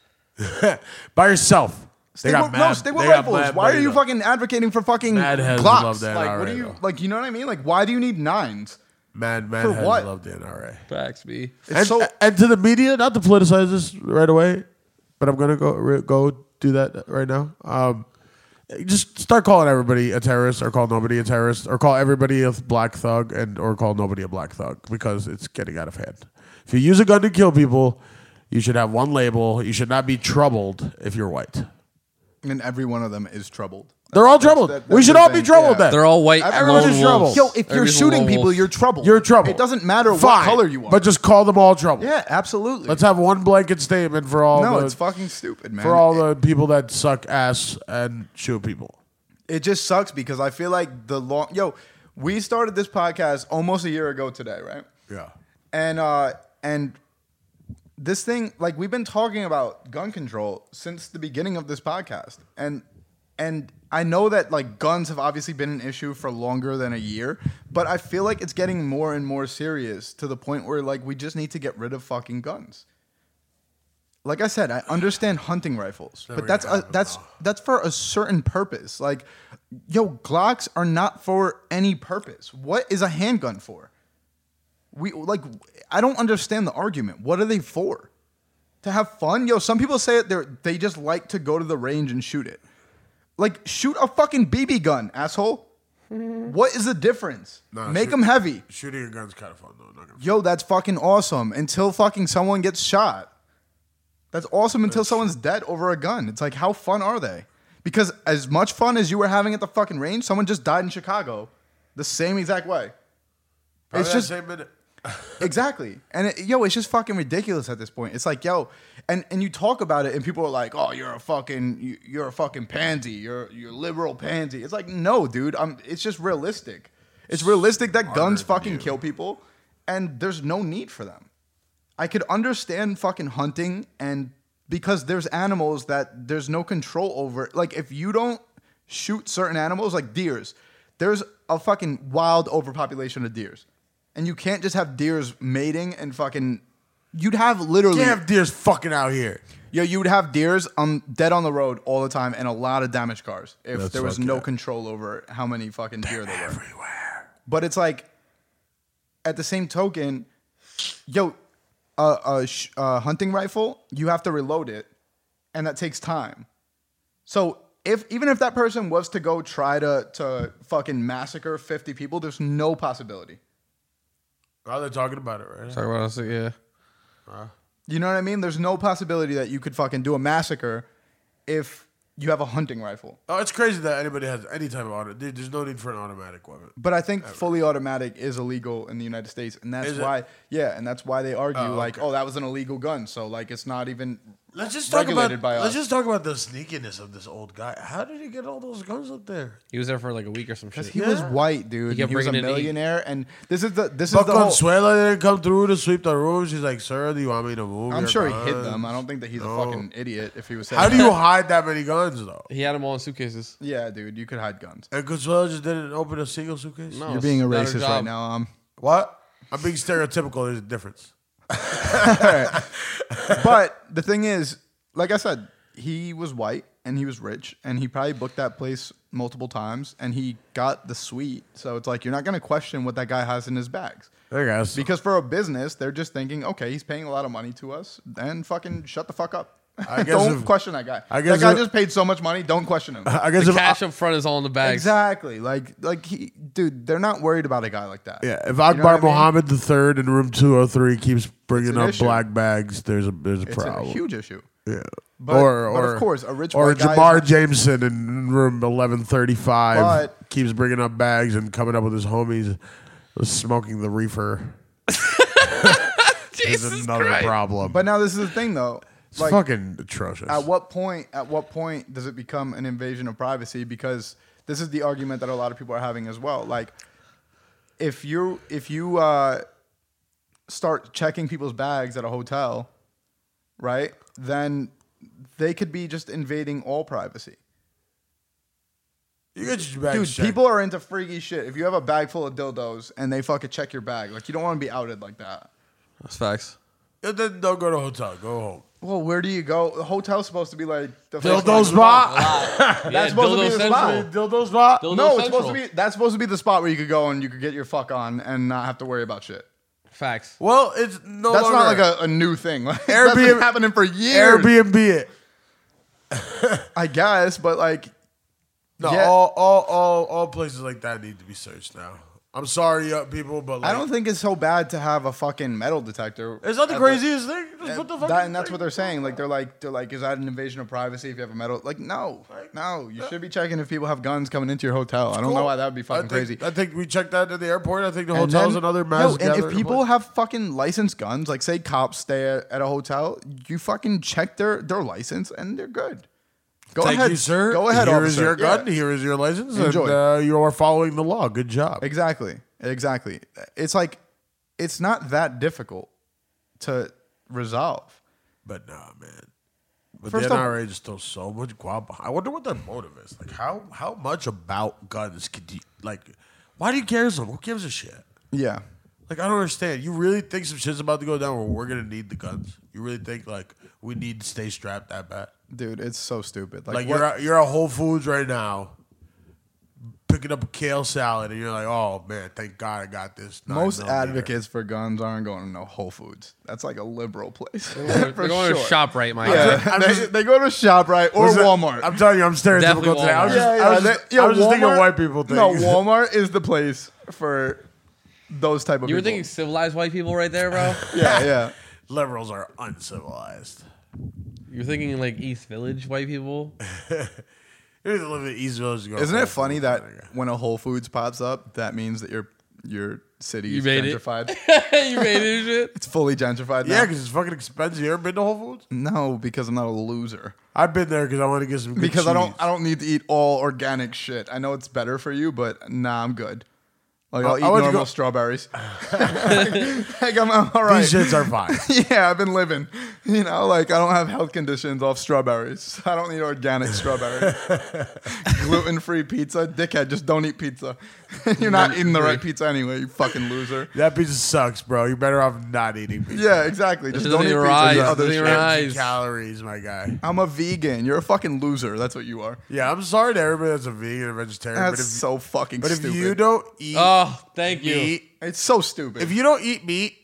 By yourself.
Stick with, no, stick with rifles. Why are you fucking advocating for fucking
Mad heads
Glocks?
love the
like, what
NRA
do you
though.
like? You know what I mean? Like, why do you need nines?
Mad mad
For
heads
what?
love the NRA.
Facts, B.
And,
It's so
and to the media, not to politicize this right away, but I'm gonna go re- go do that right now. Um, just start calling everybody a terrorist, or call nobody a terrorist, or call everybody a black thug, and or call nobody a black thug because it's getting out of hand. If you use a gun to kill people, you should have one label. You should not be troubled if you're white.
and every one of them is troubled.
They're all troubled.
that-
we
that's
should
the
all be
thing,
troubled
yeah.
then.
They're all white.
Everyone's
lone
in trouble.
wolves.
Yo, if you're
Everybody's a
shooting
lone
people,
wolf.
you're trouble.
You're trouble.
It doesn't matter what
Fine,
color you are.
But just call them all trouble.
yeah, absolutely.
Let's have one blanket statement for all.
no,
the,
it's fucking stupid, man.
for all the people that suck ass and shoot people.
it just sucks because I feel like the long yo, we started this podcast almost a year ago today, right?
Yeah.
And uh and this thing like we've been talking about gun control since the beginning of this podcast. And and I know that like guns have obviously been an issue for longer than a year, but I feel like it's getting more and more serious to the point where like we just need to get rid of fucking guns. like I said, I understand hunting rifles, but
gonna
that's a,
happen,
that's that's for a certain purpose. Like, yo, Glocks are not for any purpose. What is a handgun for? We like, I don't understand the argument. What are they for? To have fun? Yo, some people say it. They they just like to go to the range and shoot it. Like, shoot a fucking BB gun, asshole. What is the difference?
Nah,
Make
shoot.
them heavy.
Shooting a gun's kind of fun though. Not gonna
Yo, that's fucking awesome. Until fucking someone gets shot. That's awesome until someone's dead over a gun. It's like, how fun are they? Because as much fun as you were having at the fucking range, someone just died in Chicago the same exact way.
Probably
it's
that
just
same minute.
Exactly. And it, yo, it's just fucking ridiculous at this point. It's like, yo, and and you talk about it and people are like, "Oh, you're a fucking you, you're a fucking pansy. You're you're liberal pansy." It's like, "No, dude. I'm it's just realistic. It's realistic that guns fucking kill people and there's no need for them." I could understand fucking hunting and because there's animals that there's no control over. Like if you don't shoot certain animals like deers, there's a fucking wild overpopulation of deers. And you can't just have deers mating and fucking you'd have literally
Damn, deer's fucking out here.
Yo, you would have deers on dead on the road all the time and a lot of damaged cars if
That's
there was
fucked
no
up.
control over how many fucking deer there were.
Everywhere.
But it's like, at the same token, yo, a, a, sh- a hunting rifle, you have to reload it, and that takes time. So if even if that person was to go try to to fucking massacre fifty people, there's no possibility.
Oh, they're talking about it right.
Talk about us, yeah.
You know what I mean? There's no possibility that you could fucking do a massacre if you have a hunting rifle.
Oh, it's crazy that anybody has any type of auto. Dude, there's no need for an automatic weapon.
But I think fully automatic is illegal in the United States, and that's
Is it?
why, yeah, and that's why they argue like, oh, that was an illegal gun, so like it's not even.
Let's just talk
regulated
about.
by us.
Let's just talk about the sneakiness of this old guy. How did he get all those guns up there?
He was there for like a week or some shit.
He was
Yeah.
white, dude.
kept
and He was a
bringing in heat.
millionaire, and this is the this is
But
the whole.
Consuela didn't come through to sweep the roofs. He's like, "Sir, do you want me to move?"
I'm
your
sure he hit
guns?"
them. I don't think that he's
No.
a fucking idiot if he was.
How
saying
do
that.
you hide that many guns though?
He had them all in suitcases.
Yeah, dude, you could hide guns.
And Consuela just didn't open a single suitcase.
No,
You're
it's
being a
not her
racist right
job.
now. Um,
What? I'm being stereotypical. There's a difference.
but the thing is, like I said, he was white and he was rich, and he probably booked that place multiple times, and he got the suite. So it's like you're not gonna question what that guy has in his bags.
There you go.
Because for a business, they're just thinking, okay, he's paying a lot of money to us, then fucking shut the fuck up.
I guess
don't
if-
question that guy.
I guess
that guy
if-
just paid so much money. Don't question him.
I guess
The
if I,
cash up front is all in the bags.
exactly. Like, like he, dude, they're not worried about a guy like that.
yeah, if
know what I
Akbar
mean?
Mohammed III in room 203 keeps bringing
an
up
issue.
black bags, there's a there's a
it's
problem.
a huge issue.
yeah.
But- but of course, a rich
or
white guy is
Jamar
not-
Jameson in room eleven thirty five
But-
keeps bringing up bags and coming up with his homies, smoking the reefer. Is
Jesus
another
Christ.
problem.
But now this is the thing, though.
it's
Like,
fucking atrocious.
at what point? At what point does it become an invasion of privacy? Because this is the argument that a lot of people are having as well. Like, if you if you uh, start checking people's bags at a hotel, right? Then they could be just invading all privacy.
you get your bags
Dude,
checked.
people are into freaky shit. If you have a bag full of dildos and they fucking check your bag, like you don't want to be outed like that.
That's facts.
And then don't go to a hotel. Go home.
Well, where do you go? The hotel's supposed to be like the first
Dildo spot.
That's
supposed to be the spot.
Dildo spot.
Dildo
No, it's
Central.
supposed to be that's supposed to be the spot where you could go and you could get your fuck on and not have to worry about shit.
Facts.
Well, it's no
That's not like
longer-
a, a new thing. Like, that's been
Airbnb-
happening for years.
Airbnb it.
I guess, but like,
No,
Yeah.
all, all, all, all places like that need to be searched now. I'm sorry, uh, people, but like,
I don't think it's so bad to have a fucking metal detector.
it's not the
at
craziest thing. Just put the fucking
That, and that's
thing.
what they're saying. Like they're like they're like, is that an invasion of privacy if you have a metal? Like no, no, you should be checking if people have guns coming into your hotel. I don't know why that would be
I
fucking
think-
crazy.
I think we checked that at the airport. I think the
And
hotel's
then-
another
Yo,
mass.
and if
gathering
people
place.
have fucking licensed guns, like say cops stay at, at a hotel, you fucking check their their license and they're good. Go
Thank
ahead,
you, sir.
Go ahead,
Here is
officer.
your gun.
Yeah.
Here is your license.
Enjoy.
And, uh, you are following the law. Good job.
Exactly, exactly. It's like it's not that difficult to resolve.
But nah, man. But
First
the
off-
NRA just throws so much guap. I wonder what their motive is. Like, how how much about guns could you like? Why do you care so? much? Who gives a shit?
Yeah,
Like, I don't understand. You really think some shit's about to go down where we're gonna need the guns? You really think like we need to stay strapped that bad?
dude, it's so stupid. Like,
Like,
what-
you're at, you're at Whole Foods right now. picking up a kale salad and you're like, oh man, thank God I got this. nine
Most
millimeter."
advocates for guns aren't going to no Whole Foods. That's like a liberal place.
They're
for
going
sure.
to shop right, Mike.
Yeah,
I'm
they,
just-
they go to ShopRite or
Is it-
Walmart.
I'm telling you, I'm stereotypical
Definitely
today. I was
Walmart.
just, I was
they-
just,
yeah,
I was just thinking
Walmart-
white people things.
No, Walmart is the place for those type of
You were
people.
thinking civilized white people right there, bro.
yeah, yeah.
liberals are uncivilized.
You're thinking like East Village white people.
Maybe they live in East Village. and go to
Isn't
Whole
it funny
Foods.
that when a Whole Foods pops up, that means that your your city is
made it.
gentrified?
you made it and shit.
It's fully gentrified.
Yeah,
Now.
because it's fucking expensive. You ever been to Whole Foods?
No, because I'm not a loser.
I've been there because I want to get some. Good
Because I don't
cheese.
I don't need to eat all organic shit. I know it's better for you, but nah, I'm good. Like I'll
I
eat
went to
normal
go-
strawberries. like I'm, I'm all right.
These shits are fine.
yeah, I've been living. You know, like I don't have health conditions off strawberries. I don't need organic strawberries. Gluten free pizza. Dickhead, just don't eat pizza. You're not eating the right pizza anyway, you fucking loser.
that pizza sucks, bro. You're better off not eating pizza.
Yeah, exactly. Just
Doesn't
don't eat
even
pizza.
rise,
eat other
doesn't even
shit.
rise.
Empty
Nice.
calories, my guy.
I'm a vegan. You're a fucking loser. That's what you are.
Yeah, I'm sorry to everybody that's a vegan or vegetarian,
That's
but if,
so fucking
but if
stupid.
you don't eat
Oh, thank you.
meat,
it's so stupid.
if you don't eat meat,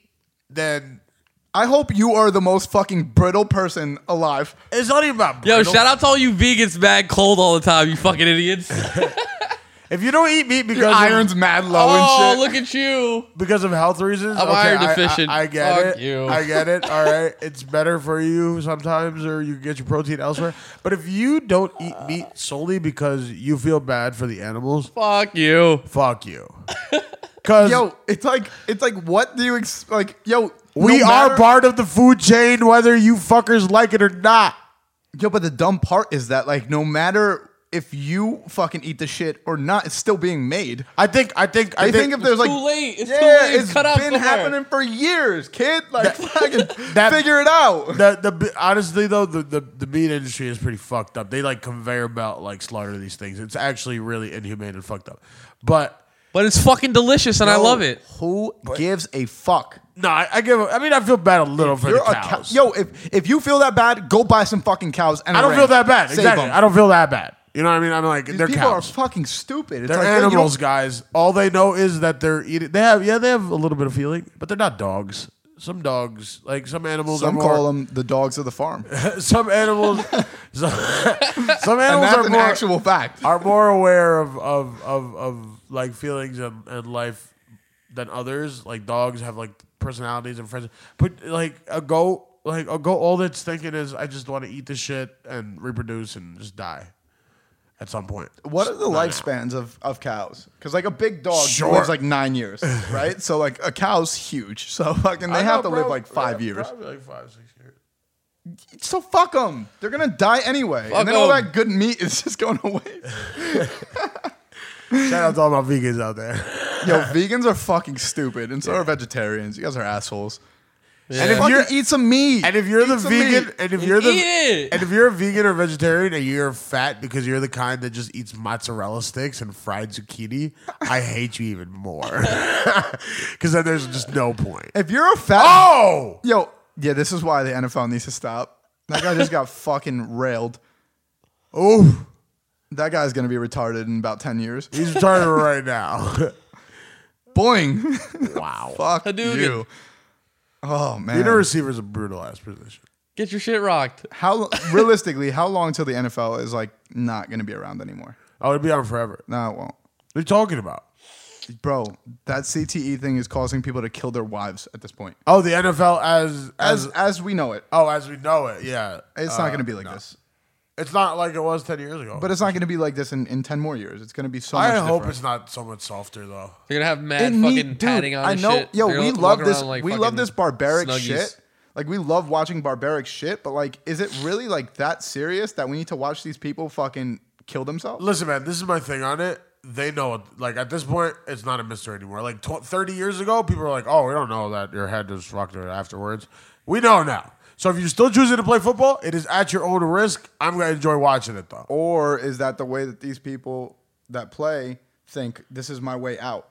then
I hope you are the most fucking brittle person alive.
it's not even about.
Yo,
brittle.
shout out to all you vegans mad cold all the time, you fucking idiots.
If you don't eat meat because
Your
of-
iron's mad low
oh,
and shit.
look at you.
because of health reasons.
I'm
okay,
iron
I- I-
deficient.
I, get
Fuck
it.
you.
I get it. All right, it's better for you sometimes, or you get your protein elsewhere. But if you don't eat meat solely because you feel bad for the animals,
Fuck you.
fuck you. Because
yo, it's like it's like what do you ex- like? Yo,
we
no
are
matter-
part of the food chain, whether you fuckers like it or not.
Yo, but the dumb part is that like no matter if you fucking eat the shit or not, it's still being made.
I think. I think. I
I think
think.
if there's like
too late. It's too
yeah,
late.
it's
Cut out
been
somewhere.
happening for years, kid. Like fucking
that-
figure it out.
the, the bi- honestly though the, the, the meat industry is pretty fucked up. They like conveyor belt like slaughter these things. It's actually really inhumane and fucked up. But
But it's fucking delicious and I love it.
Who gives a fuck?
No, I, I give. I mean, I feel bad a little for
You're
the
a cow.
cows.
Yo, if if you feel that bad, go buy some fucking cows. And
I
a
don't
ring.
feel that bad.
Save
exactly,
'em.
I don't feel that bad. You know what I mean? I'm like,
These
they're
people
cows.
are fucking stupid. It's
they're
like, yo, you don't-
animals, guys. All they know is that they're eating. They have, yeah, they have a little bit of feeling, but they're not dogs. Some dogs, like some animals,
Some
are
call
more,
them the dogs of the farm.
some animals, some, some
And
animals
that's
are
an
more
actual fact.
are more aware of of of, of like feelings and, and life than others. Like dogs have like personalities and friends, but like a goat, like a goat, all it's thinking is I just want to eat this shit and reproduce and just die at some point.
What are the lifespans of, of cows? Because like a big dog
Short.
lives like nine years, right? so like a cow's huge, so fucking they
I
have to
know, bro,
live like five
yeah,
years.
probably like five six years.
So fuck them. They're gonna die anyway, and then all
'em.
that good meat is just going away.
Shout out to all my vegans out there.
Yo, vegans are fucking stupid, and so are vegetarians. You guys are assholes.
And if
Fucking
you're
eat some meat.
and if you're
Eat
the
some
vegan,
meat.
and if you're the
Eat it.
and if you're a vegan or vegetarian and you're fat because you're the kind that just eats mozzarella sticks and fried zucchini, I hate you even more. Because then there's just no point.
if you're a fat,
Oh,
yo, yeah, this is why the NFL needs to stop. That guy just got fucking railed.
oh,
That guy's gonna be retarded in about ten years.
he's retarded right now.
Boing.
wow,
Fuck
Hadouken.
you. Oh man.
being a receiver is a brutalized position.
Get your shit rocked.
How realistically, how long till the NFL is like not going to be around anymore?
I would Oh, be on forever.
No, it won't.
They're talking about.
Bro, that CTE thing is causing people to kill their wives at this point.
Oh, the NFL as as,
As as we know it,
oh as we know it. Yeah,
it's
Uh,
not going to be like this.
It's not like it was ten years ago.
But it's not going to be like this in, in 10 more years. It's going to be so much
I hope
different.
it's not so much softer though.
They're gonna have mad
It
fucking
need- dude,
padding on
I
and
know.
shit.
Yo,
They're
we
gonna
love
walk
this.
around like
we
fucking
love this barbaric
Snuggies.
shit. Like we love watching barbaric shit, but like, is it really like that serious that we need to watch these people fucking kill themselves?
Listen, man, this is my thing on it. They know it. Like at this point, it's not a mystery anymore. Like tw- thirty years ago, people were like, "Oh, we don't know that your head is fucked or afterwards." We know now. So if you're still choosing to play football, it is at your own risk. I'm gonna enjoy watching it though.
Or is that the way that these people that play think this is my way out?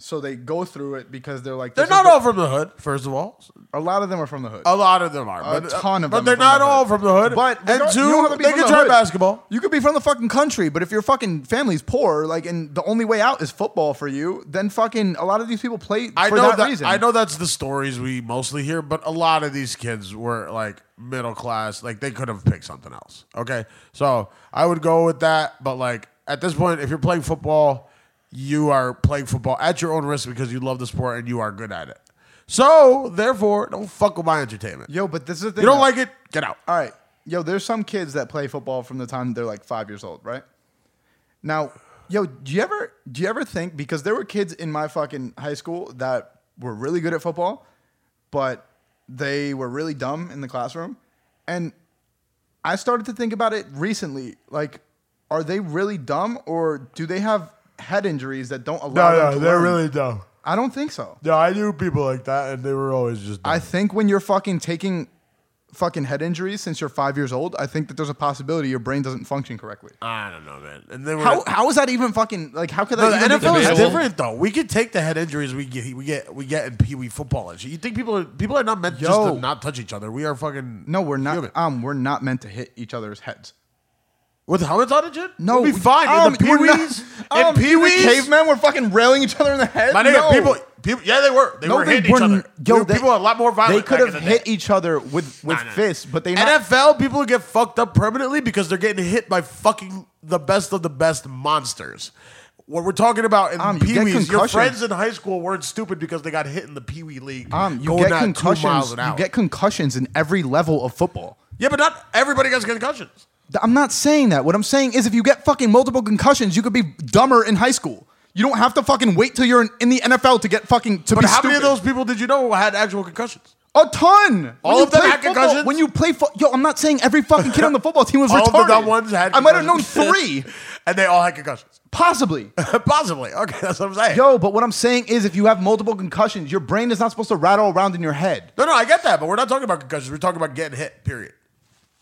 so they go through it because they're like
They're
this is
not
the-
all from the hood, first of all.
A lot of them are from the hood.
A lot of them are. But,
ton of
but
them
they're
are from the
not all
hood.
from the hood.
But they
and
don't-
two,
you don't have to be
they
from
can
the
try
hood.
basketball.
You could be from the fucking country, but if your fucking family's poor, like, and the only way out is football for you, then fucking a lot of these people play
I
for
know
that,
that-
reason.
I know that's the stories we mostly hear, but a lot of these kids were like middle class, like they could have picked something else. Okay, so I would go with that, but like at this point, if you're playing football, you are playing football at your own risk because you love the sport and you are good at it. So therefore, don't fuck with my entertainment.
Yo, but this is the thing.
You don't
though.
like it? Get out.
All right. Yo, there's some kids that play football from the time they're like five years old, right? Now, yo, do you ever do you ever think because there were kids in my fucking high school that were really good at football, but they were really dumb in the classroom. And I started to think about it recently. Like, are they really dumb or do they have head injuries that don't allow them to learn?
dumb.
I don't think so.
No, I knew people like that, and they were always just.
I think when you're fucking taking fucking head injuries since you're five years old, I think that there's a possibility your brain doesn't function correctly.
I don't know, man. And they were
How how is that even fucking like how could
No,
that
the
even be
NFL is
debatable.
different though. We could take the head injuries we get we get we get in Pee Wee football and shit. You think people are people are not meant just
Yo.
to not touch each other? We are fucking
No, we're not
human.
um we're not meant to hit each other's heads.
with helmets on and shit.
No,
we'd be fine
um,
in the Pee
we're not-
Wees.
um,
In Pee Wees,
cavemen were fucking railing each other in the head.
My nigga,
no.
people, people, yeah, they were. They
No,
were
they
hitting each other.
wouldn't. Yo,
We were-
they-
people are a lot more
They
violent.
could
back
have
in the day.
hit each other with with
Nah, nah.
fists, but they not,
NFL people get fucked up permanently because they're getting hit by fucking the best of the best monsters. What we're talking about in
Um, you
Pee
get
Wees, your
concussions.
friends in high school weren't stupid because they got hit in the Pee Wee League.
um you
going
get
at Two miles
concussions.
an hour.
You get concussions in every level of football.
yeah, but not everybody gets concussions.
Th- I'm not saying that. What I'm saying is if you get fucking multiple concussions, you could be dumber in high school. You don't have to fucking wait till you're in, in the NFL to get fucking to
But
be
how many of
stupid.
those people did you know had actual concussions?
A ton. When
All
you
of them
play
had
football-
concussions?
When you play football, yo, I'm not saying every fucking kid on the football team was
All
retarded.
of the dumb ones had.
I might have known
concussions.
three,
and they all had concussions.
possibly.
Possibly. Okay, that's what I'm saying.
Yo, but what I'm saying is, if you have multiple concussions, your brain is not supposed to rattle around in your head.
No, no, I get that, but we're not talking about concussions. We're talking about getting hit. Period.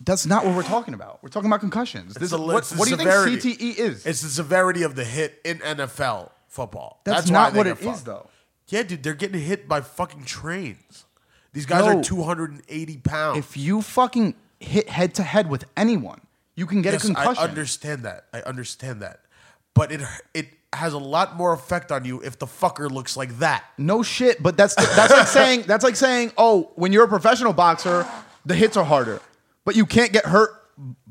That's not what we're talking about. We're talking about concussions. This,
the-
what
it's the
what do you
severity.
think CTE is?
It's the severity of the hit in NFL football.
That's
why
not
they
what
get
it is,
fucked.
though.
Yeah, dude, they're getting hit by fucking trains. These guys
No.
are 280 pounds.
if you fucking hit head to head with anyone, you can get
Yes,
a concussion.
I understand that. I understand that. But it it has a lot more effect on you if the fucker looks like that.
No shit, but that's that's like saying that's like saying, oh, when you're a professional boxer, the hits are harder, but you can't get hurt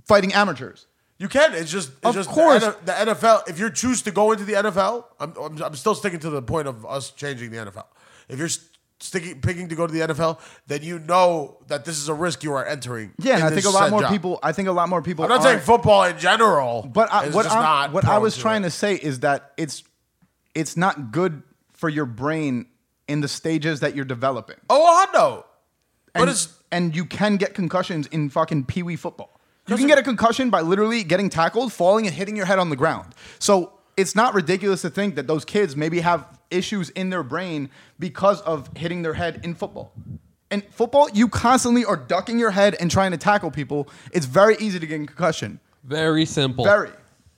fighting amateurs.
You can. It's just it's
Of
just the
course.
N- the, NFL. If you choose to go into the NFL, I'm, I'm I'm still sticking to the point of us changing the NFL. If you're st- sticking picking to go to the NFL, then you know that this is a risk you are entering.
Yeah, and
in
I
this
think a lot
said
more
job.
people. I think a lot more people.
I'm not saying football in general,
but I,
is
what
just
I'm-
not
what I
prone
was trying
it.
to say is that it's it's not good for your brain in the stages that you're developing.
Oh, I know.
And,
But it's
and you can get concussions in fucking pee wee football. You
Concussion-
can get a concussion by literally getting tackled, falling, and hitting your head on the ground. So it's not ridiculous to think that those kids maybe have issues in their brain because of hitting their head in football. In football, you constantly are ducking your head and trying to tackle people. It's very easy to get a concussion.
Very simple.
Very.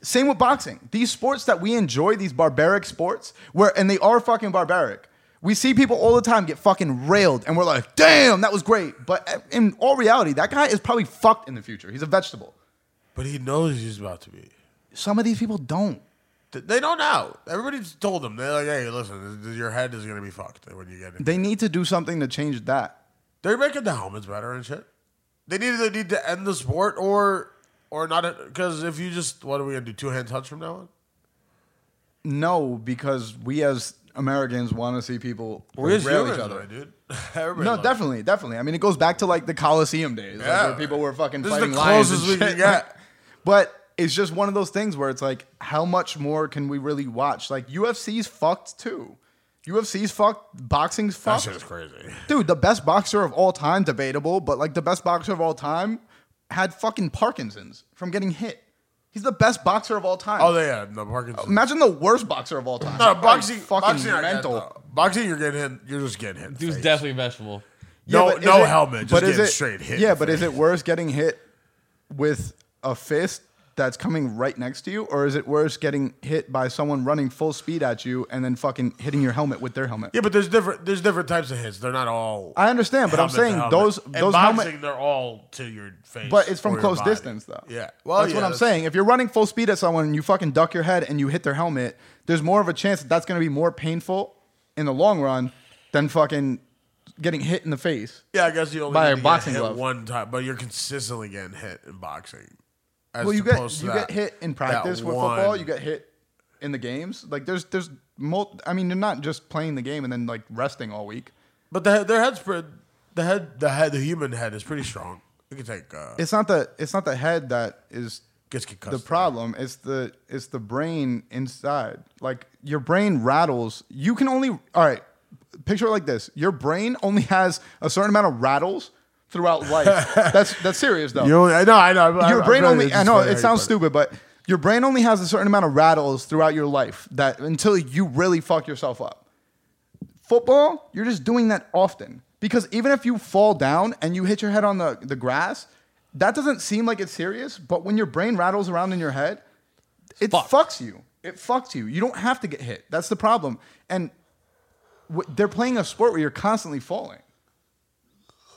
Same with boxing. These sports that we enjoy, these barbaric sports, where and they are fucking barbaric. We see people all the time get fucking railed, and we're like, "Damn, that was great." But eh, in all reality, that guy is probably fucked in the future. He's a vegetable.
but he knows he's about to be.
Some of these people don't.
Th- They don't know. Everybody's told them. They're like, hey, listen, th- your head is gonna be fucked when you get it.
They need to do something to change that.
They're making the helmets better and shit. They need they need to end the sport or or not because if you just what are we gonna do two hand touch from now on?
No, because we as Americans want to see people rail each other.
dude.
No, definitely, definitely. I mean, it goes back to like the Coliseum days, like,
Yeah.
where people were fucking
This is
fighting
the
lions
closest
and
we
shit.
can get.
But it's just one of those things where it's like, how much more can we really watch? Like UFC's fucked too. UFC's fucked. Boxing's
That
fucked.
shit is crazy.
Dude, the best boxer of all time, debatable, but like the best boxer of all time had fucking Parkinson's from getting hit. He's the best boxer of all time.
Oh yeah, no Parkinson's.
Imagine the worst boxer of all time.
no,
Like,
boxing,
fucking
boxing, I get,
mental.
though. boxing, you're getting hit. You're just getting hit. in the
Dude's
face.
definitely a vegetable.
Yeah,
No,
but is
no
it-
helmet. Just
but is
getting
it-
straight hit.
Yeah, but is it worse getting hit with a fist that's coming right next to you, or is it worse getting hit by someone running full speed at you and then fucking hitting your helmet with their helmet?
Yeah, but there's different there's different types of hits. They're not all.
I understand, but I'm
helmet to
saying
helmet.
those
In
those
boxing,
helmet,
they're all to your face.
but it's from
or your
close
body.
distance though.
Yeah. Well,
that's
yeah,
what I'm saying. If you're running full speed at someone and you fucking duck your head and you hit their helmet, there's more of a chance that that's going to be more painful in the long run than fucking getting hit in the face.
Yeah, I guess you only
By a
need to get
boxing
hit
glove.
one time, but you're consistently getting hit in boxing. As
well, you get
opposed to
you
that-
get hit in
that
practice with
one-
football. You get hit in the games. Like there's there's mul- I mean, you're not just playing the game and then like resting all week.
but the head- their head's pretty. The head, the head, the human head is pretty strong. You can take. Uh,
It's not the it's not the head that is
gets concussed.
the problem. It's the it's the brain inside. Like your brain rattles. You can only all right. Picture it like this: your brain only has a certain amount of rattles throughout life. that's that's serious though.
You only, I know. I know. I-
your
I'm
brain
trying to
only
just
I know
find
it
out
sounds
about it.
stupid, but your brain only has a certain amount of rattles throughout your life that until you really fuck yourself up. Football, you're just doing that often. Because even if you fall down and you hit your head on the, the grass, that doesn't seem like it's serious, but when your brain rattles around in your head, it
Fucked.
fucks you. It fucks you. You don't have to get hit. That's the problem. And w- they're playing a sport where you're constantly falling.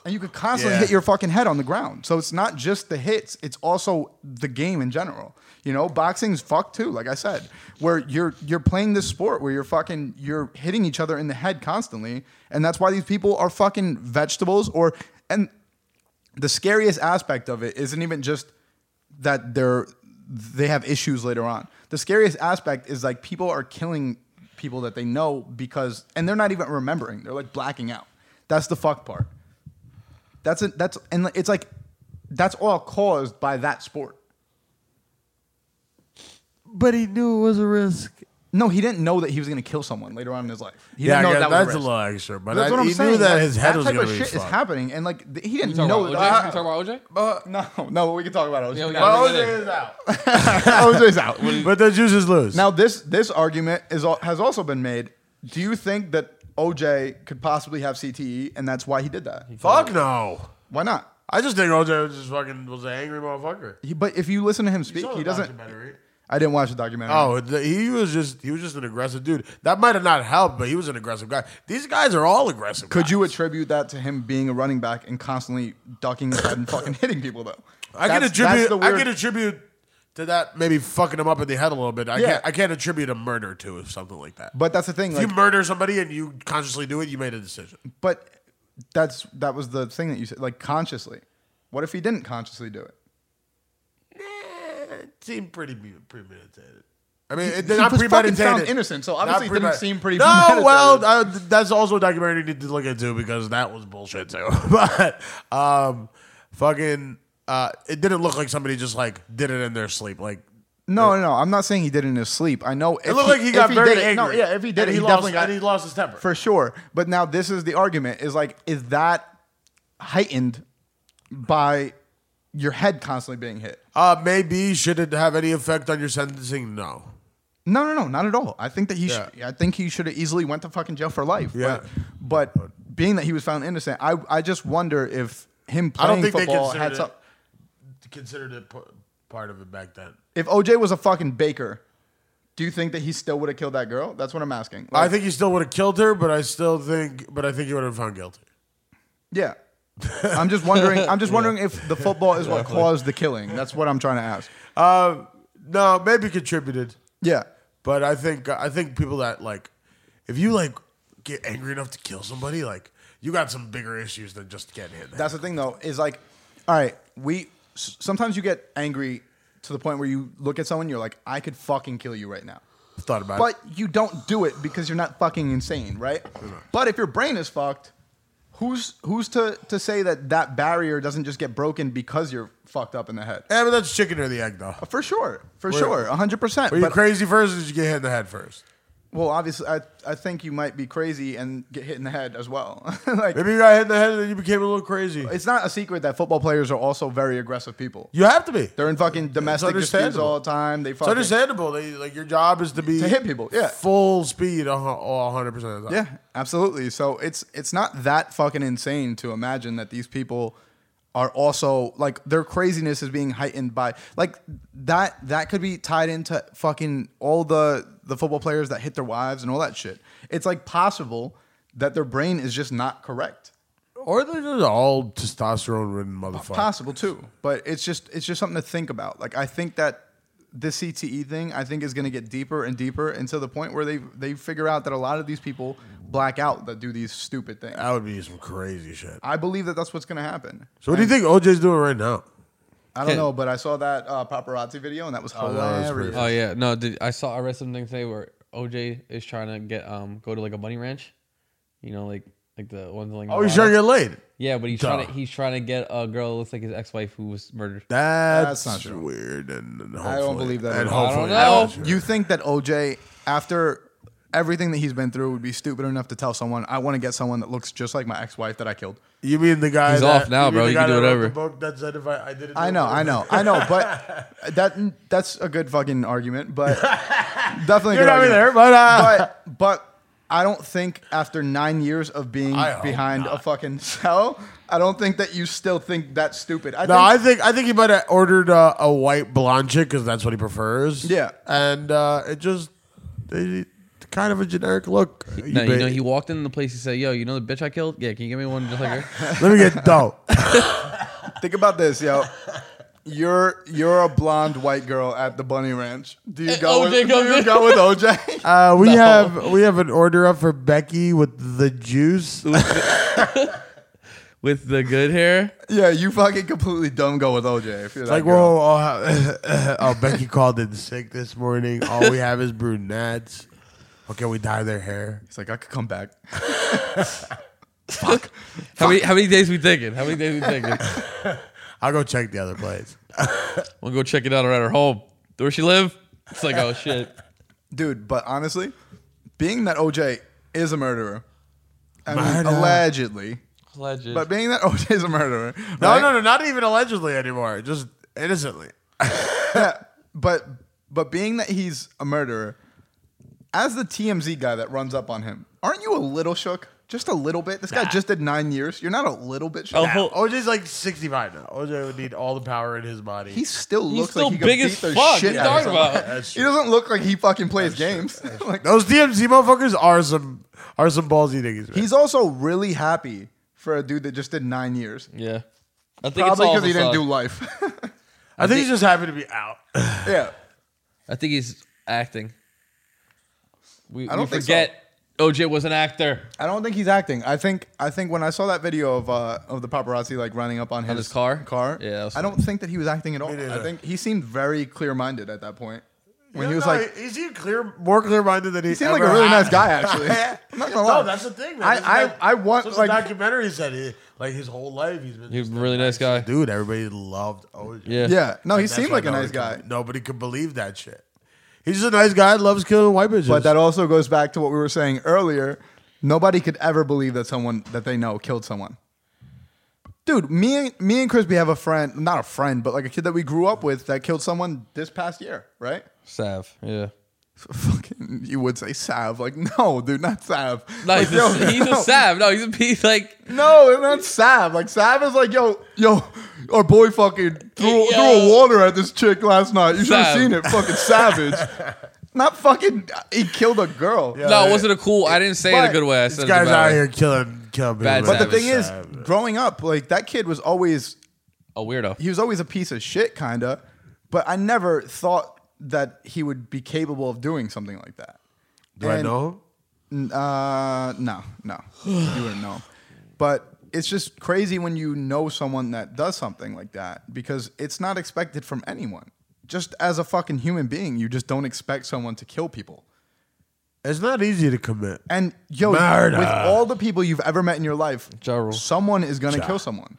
And you could constantly
Yeah.
hit your fucking head on the ground. So it's not just the hits, it's also the game in general. You know, boxing's fucked too, like I said, where you're you're playing this sport where you're fucking you're hitting each other in the head constantly, and that's why these people are fucking vegetables or and the scariest aspect of it isn't even just that they're they have issues later on. The scariest aspect is like people are killing people that they know because and they're not even remembering. They're like blacking out. That's the fuck part. That's a, that's and it's like that's all caused by that sport.
But he knew it was a risk.
No, he didn't know that he was going to kill someone later on in his life. He
Yeah,
didn't know
I guess
that
that's
was
a
risk.
little extra. But
That's
I,
what I'm
he
saying.
knew that,
That-
his head
that
was
type
going
of
to be
shit is
fucked.
happening, and like th- he didn't
You
know
talking
that.
about OJ?
that
You talking about OJ?
no, no, we can talk about OJ.
Yeah, we
now.
got-
Well,
Look at
OJ is out.
OJ's out.
But the juices lose.
Now this this argument is al- has also been made. Do you think that OJ could possibly have CTE and that's why he did that?
fuck no.
Why not?
I just think OJ was just fucking was an angry motherfucker.
He, but if you listen to him speak,
saw the
he doesn't.
documentary.
I didn't watch the documentary.
Oh, the, he was just he was just an aggressive dude. That might have not helped, but he was an aggressive guy. These guys are all aggressive.
Could
guys.
you attribute that to him being a running back and constantly ducking his head and fucking hitting people though?
I can
That's- that's
attribute.
the
I
weird-
can attribute to that maybe fucking him up in the head a little bit. I
Yeah.
can't. I can't attribute a murder to something like that.
But that's the thing.
if
Like,
you murder somebody and you consciously do it, you made a decision.
but that's that was the thing that you said. Like consciously, what if he didn't consciously do it?
Eh, It seemed pretty mu- premeditated. I mean, it,
he
not
was fucking found
premeditated.
innocent, so obviously it didn't
premedi-
seem pretty
No,
premeditated.
well, uh, th- that's also a documentary you need to look into because that was bullshit too. but um, fucking, uh, it didn't look like somebody just like did it in their sleep. Like
No, no, no. I'm not saying he did it in his sleep. I know
it looked like he got very
did it, No,
angry.
yeah, if he did
And
it,
he,
he,
lost,
definitely got
and he lost his temper.
for sure. But now this is the argument: is like, is that heightened by your head constantly being hit?
uh, maybe should it have any effect on your sentencing? No.
No, no, no, not at all. I think that he, sh-
Yeah.
I think he should have easily went to fucking jail for life.
Yeah.
But, but being that he was found innocent, I, I just wonder if him
I
playing
don't think they
football
considered
had
it,
some.
considered it p- part of it back then.
If OJ was a fucking baker, do you think that he still would have killed that girl? That's what I'm asking.
I
Like,
think he still would have killed her, but I still think, but I think he would have found guilty.
Yeah. I'm just wondering. I'm just wondering if the football is what caused the killing. That's what I'm trying to ask.
Uh, no, maybe contributed,
Yeah.
but I think I think people that like, if you like get angry enough to kill somebody, like you got some bigger issues than just getting hit.
That's the thing though. Is like, all right, we s- sometimes you get angry to the point where you look at someone, you're like, I could fucking kill you right now.
I've thought about
But
it.
you don't do it because you're not fucking insane, right? But if your brain is fucked, who's who's to to say that that barrier doesn't just get broken because you're fucked up in the head?
Yeah, but that's chicken or the egg, though.
For sure, for sure, hundred percent.
Were you crazy first, or did you get hit in the head first?
Well, obviously, I, I think you might be crazy and get hit in the head as well. like,
Maybe you got hit in the head and then you became a little crazy.
it's not a secret that football players are also very aggressive people.
You have to be.
They're in fucking domestic disputes
understandable.
all the time. They
It's
fucking
understandable. They, like your job is to be
To hit people, yeah.
full speed, a hu- all hundred percent of the time.
yeah, absolutely. So it's it's not that fucking insane to imagine that these people are also like their craziness is being heightened by like that that could be tied into fucking all the the football players that hit their wives and all that shit. It's like possible that their brain is just not correct.
Or they're just all testosterone ridden motherfuckers.
Possible too, but it's just it's just something to think about. Like I think that this CTE thing I think is going to get deeper and deeper until the point where they they figure out that a lot of these people black out that do these stupid things.
that would be some crazy shit.
I believe that that's what's going to happen.
So what do you think OJ's doing right now?
I don't know, but I saw that uh, paparazzi video and that was
that was
hilarious.
pretty
Oh yeah, no. Did I saw I read something today where OJ is trying to get um go to like a bunny ranch, you know, like like the ones in, like
Oh, he's trying
Nevada.
to get laid.
yeah, but he's trying
Duh.
to he's trying to get a girl who looks like his ex wife who was murdered.
That's,
That's not true.
weird. And, and
I don't
hopefully-
believe that
And
at all.
I don't
hopefully,
know.
that's true.
You think that OJ, after everything that he's been through, would be stupid enough to tell someone, "I want to get someone that looks just like my ex-wife that I killed."
You mean the guy?
He's
that-
off now,
mean
bro.
the
You
guy
can do
that wrote
whatever.
the book that said if I, I didn't. do
I know,
it,
I know, I know, but that that's a good fucking argument, but definitely a
You're
good
not
argument.
there, but, uh,
but but I don't think after nine years of being
I hope
behind a fucking cell, I don't think that you still think that's stupid. I
no,
think
I think I think he might have ordered uh, a white blonde chick because that's what he prefers.
Yeah.
and uh, it just it, it's kind of a generic look.
No, you
ba-
know he walked in the place. He said, "Yo, you know the bitch I killed? Yeah, can you give me one just like her?"
Let me get dope.
Think about this, yo. You're you're a blonde white girl at the bunny ranch. Do you
And
go
OJ
with, do
comes
you
in.
go with OJ?
Uh, we have we have an order up for Becky with the juice.
With the good hair,
yeah, you fucking completely dumb go with OJ. If you're that
Like,
girl.
whoa, oh, oh, Becky called in sick this morning. All we have is brunettes. Okay, we dye their hair.
He's like, I could come back.
how many how many days we thinking? How many days we thinking?
I'll go check the other place.
We'll go check it out around her home. Where she live? It's like oh shit.
Dude, but honestly, being that OJ is a murderer, I mean,
Murder.
allegedly,
Legend.
but being that OJ is a murderer,
No,
right?
no, no, not even allegedly anymore. Just innocently.
but but being that he's a murderer, as the TMZ guy that runs up on him, aren't you a little shook? Just a little bit. This guy just did nine years. You're not a little bit shook.
Oh,
Now, OJ's like 65 now. OJ would need all the power in his body.
He still
He's
looks
still
like he
big
could
as
beat the
fuck.
shit
What are you
out of
talking
someone.
about?
That's
He
true.
doesn't look like he fucking plays games. like,
Those DMZ motherfuckers are some are some ballsy niggas. man.
he's also really happy for a dude that just did nine years.
yeah. I think it's
Probably
all
because he
of a
didn't do
sudden.
life.
I think he's just happy to be out.
yeah.
I think he's acting. We,
I don't
we
think so.
forget OJ was an actor
I don't think he's acting. I think I think when I saw that video of uh, of the paparazzi like running up on his,
his car?
car,
Yeah, that was
I don't think that he was acting at all.
neither.
I think he seemed very clear minded at that point. When he
No,
was
no,
like,
is he clear, more clear minded than he,
he seemed like a
ever
really
had?
nice guy. Actually, I'm not gonna lie.
No, that's the thing. Man.
I-
This
I-
guy-
I want,
so it's
like-
a documentary said he, like his whole life he's been.
He was
just
a really nice guy.
dude. Everybody loved OJ.
Yeah.
yeah. No, he
That's
seemed
why
like a
nobody
nice guy.
Could, nobody could believe that shit. He's just a nice guy. Loves killing white bitches.
But that also goes back to what we were saying earlier. Nobody could ever believe that someone that they know killed someone. Dude, me and me and Crispy have a friend, not a friend, but like a kid that we grew up with that killed someone this past year, right?
Sav. Yeah.
Fucking, you would say Sav. Like, no, dude, not Sav.
No,
like,
he's, a, he's a
no,
Sav. No, he's a he's like
No, not Sav. Like, Sav is like, yo, yo, our boy fucking threw,
Yo.
threw a water at this chick last night. You should have
Sav.
seen it. Fucking savage. not fucking, he killed a girl.
no. It wasn't a cool. I didn't say it in a good way. I
this
said it in a
guy's
bad
out
way.
here killing, killing. people,
Bad
man.
But the
Savage.
thing is, growing up, like that kid was always
a weirdo.
he was always a piece of shit, kinda. But I never thought that he would be capable of doing something like that.
do I
and-
know? him?
N- Uh, no, no, you wouldn't know. But it's just crazy when you know someone that does something like that because it's not expected from anyone. Just as a fucking human being, you just don't expect someone to kill people.
It's not easy to commit.
And yo,
Murder.
with all the people you've ever met in your life,
Ja Rule.
someone is gonna kill someone.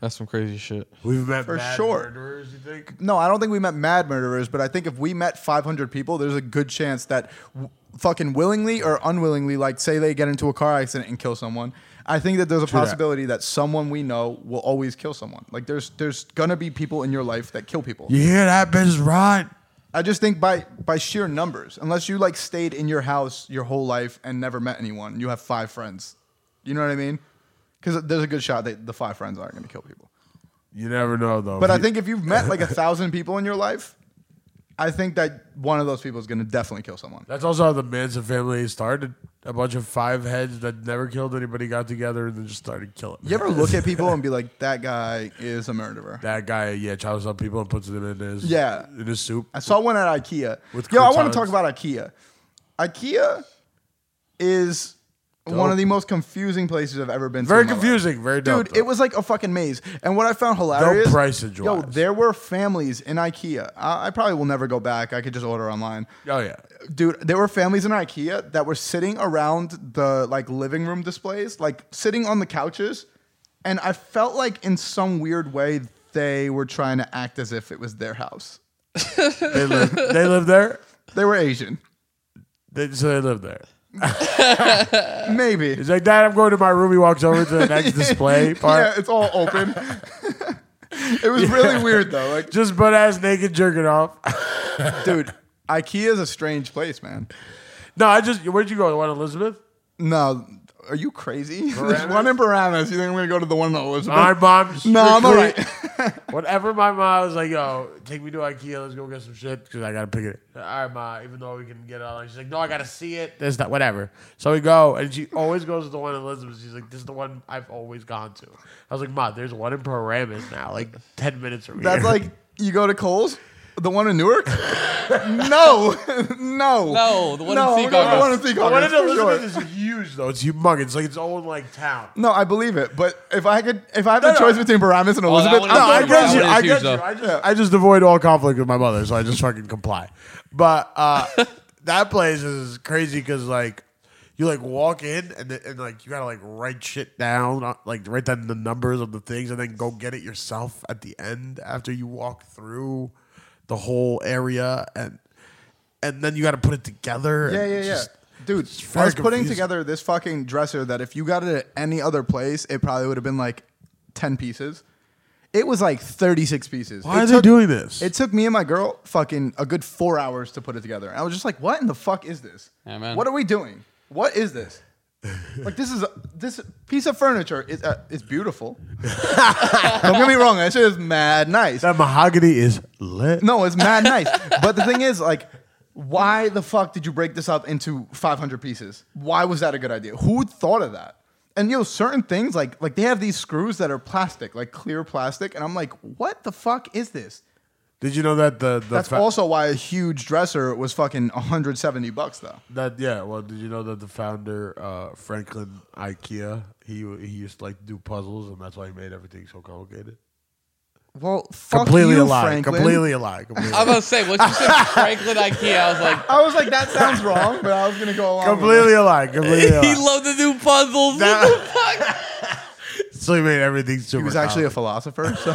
That's some crazy shit.
We've met
For
mad
sure.
murderers. You think?
No, I don't think we met mad murderers, but I think if we met 500 people, there's a good chance that w- fucking willingly or unwillingly, like say they get into a car accident and kill someone, I think that there's a
that.
possibility that. someone we know will always kill someone. Like there's there's gonna be people in your life that kill people.
You hear that, bitch? Right.
I just think by by sheer numbers, unless you like stayed in your house your whole life and never met anyone, you have five friends. You know what I mean? because there's a good shot that the five friends aren't going to kill people.
You never know though.
But I
He-
think if you've met like a thousand people in your life, I think that one of those people is going to definitely kill someone.
that's also how the Manson family started. A bunch of five heads that never killed anybody got together and then just started killing.
You ever look at people and be like, that guy is a murderer?
that guy? Yeah, chops up people and puts them in his
Yeah.
in his soup.
I saw one at IKEA.
With
Yo, I want
croutons.
to talk about IKEA. IKEA is one of the most confusing places I've ever been. to
Very
in my life.
confusing, very dope,
Dude,
though.
it was like a fucking maze. And what I found hilarious,
prices
yo,
wise.
there were families in IKEA. I, I probably will never go back. I could just order online.
Oh yeah,
Dude, there were families in IKEA that were sitting around the like living room displays, like sitting on the couches, and I felt like in some weird way they were trying to act as if it was their house.
they live. They live there.
They were Asian.
They, so they live there.
Maybe.
He's like, Dad, I'm going to my room. He walks over to the next display part.
Yeah, it's all open. it was really weird though. Like,
Just butt ass naked jerking off.
dude, IKEA is a strange place, man.
no, I just where'd you go? The one in Elizabeth?
No, are you crazy? There's one in Paramus. You think I'm gonna go to the one in Elizabeth?
My mom's
no, I'm all right.
Whatever my mom was like, yo, take me to IKEA, let's go get some shit because I gotta pick it. All right, ma. Even though we can get it online, she's like, no, I gotta see it. There's not whatever. So we go, and she always goes to the one in Elizabeth. She's like, this is the one I've always gone to. I was like, ma, there's one in Paramus now, like ten minutes from
That's
here.
like you go to Cole's, the one in Newark. no, no,
No, the one in
I'm
Seacoast.
going to the one in
the
Seacoast,
one in
for sure.
Elizabeth is huge though. It's humongous. It's like its own like town.
No, I believe it. But if I could, if I have
No,
the
no.
choice between Paramus and
Oh, that
Elizabeth,
one
I'm
is
No, I
going
good. That
get
Paramus.
one is
you. I
huge,
get you.
though.
I just, I just avoid all conflict with my mother, so I just fucking comply. But uh, that place is crazy because like you like walk in and, the, and like you gotta like write shit down, uh, like write down the numbers of the things, and then go get it yourself at the end after you walk through the whole area and and then you gotta put it together. and
Yeah, yeah,
it's
yeah.
just-
Dude,
very
I was putting
confusing.
together this fucking dresser that if you got it at any other place, it probably would have been like 10 pieces. It was like 36 pieces.
Why
it
are they doing this?
It took me and my girl fucking a good four hours to put it together. I was just like, what in the fuck is this?
Yeah, man.
What are we doing? What is this? like this is this piece of furniture is uh, is beautiful. Don't get me wrong, that shit is mad nice.
that mahogany is lit.
No, it's mad nice. But the thing is, like, why the fuck did you break this up into 500 pieces? Why was that a good idea? Who thought of that? And you know, certain things like like they have these screws that are plastic, like clear plastic, and I'm like, what the fuck is this?
Did you know that the, the
That's
fa-
also why a huge dresser was fucking 170 bucks though.
That yeah. Well, did you know that the founder uh, Franklin IKEA he he used to like do puzzles and that's why he made everything so complicated.
Well, fuck
completely
you,
a lie.
Franklin.
Completely a lie. Completely,
I was about to say, once you said Franklin IKEA, I was like,
I was like, that sounds wrong, but I was gonna go along. With
completely a lie. Completely a
he
lie.
loved to do puzzles.
That- so he made everything super.
it. He was actually a philosopher, so.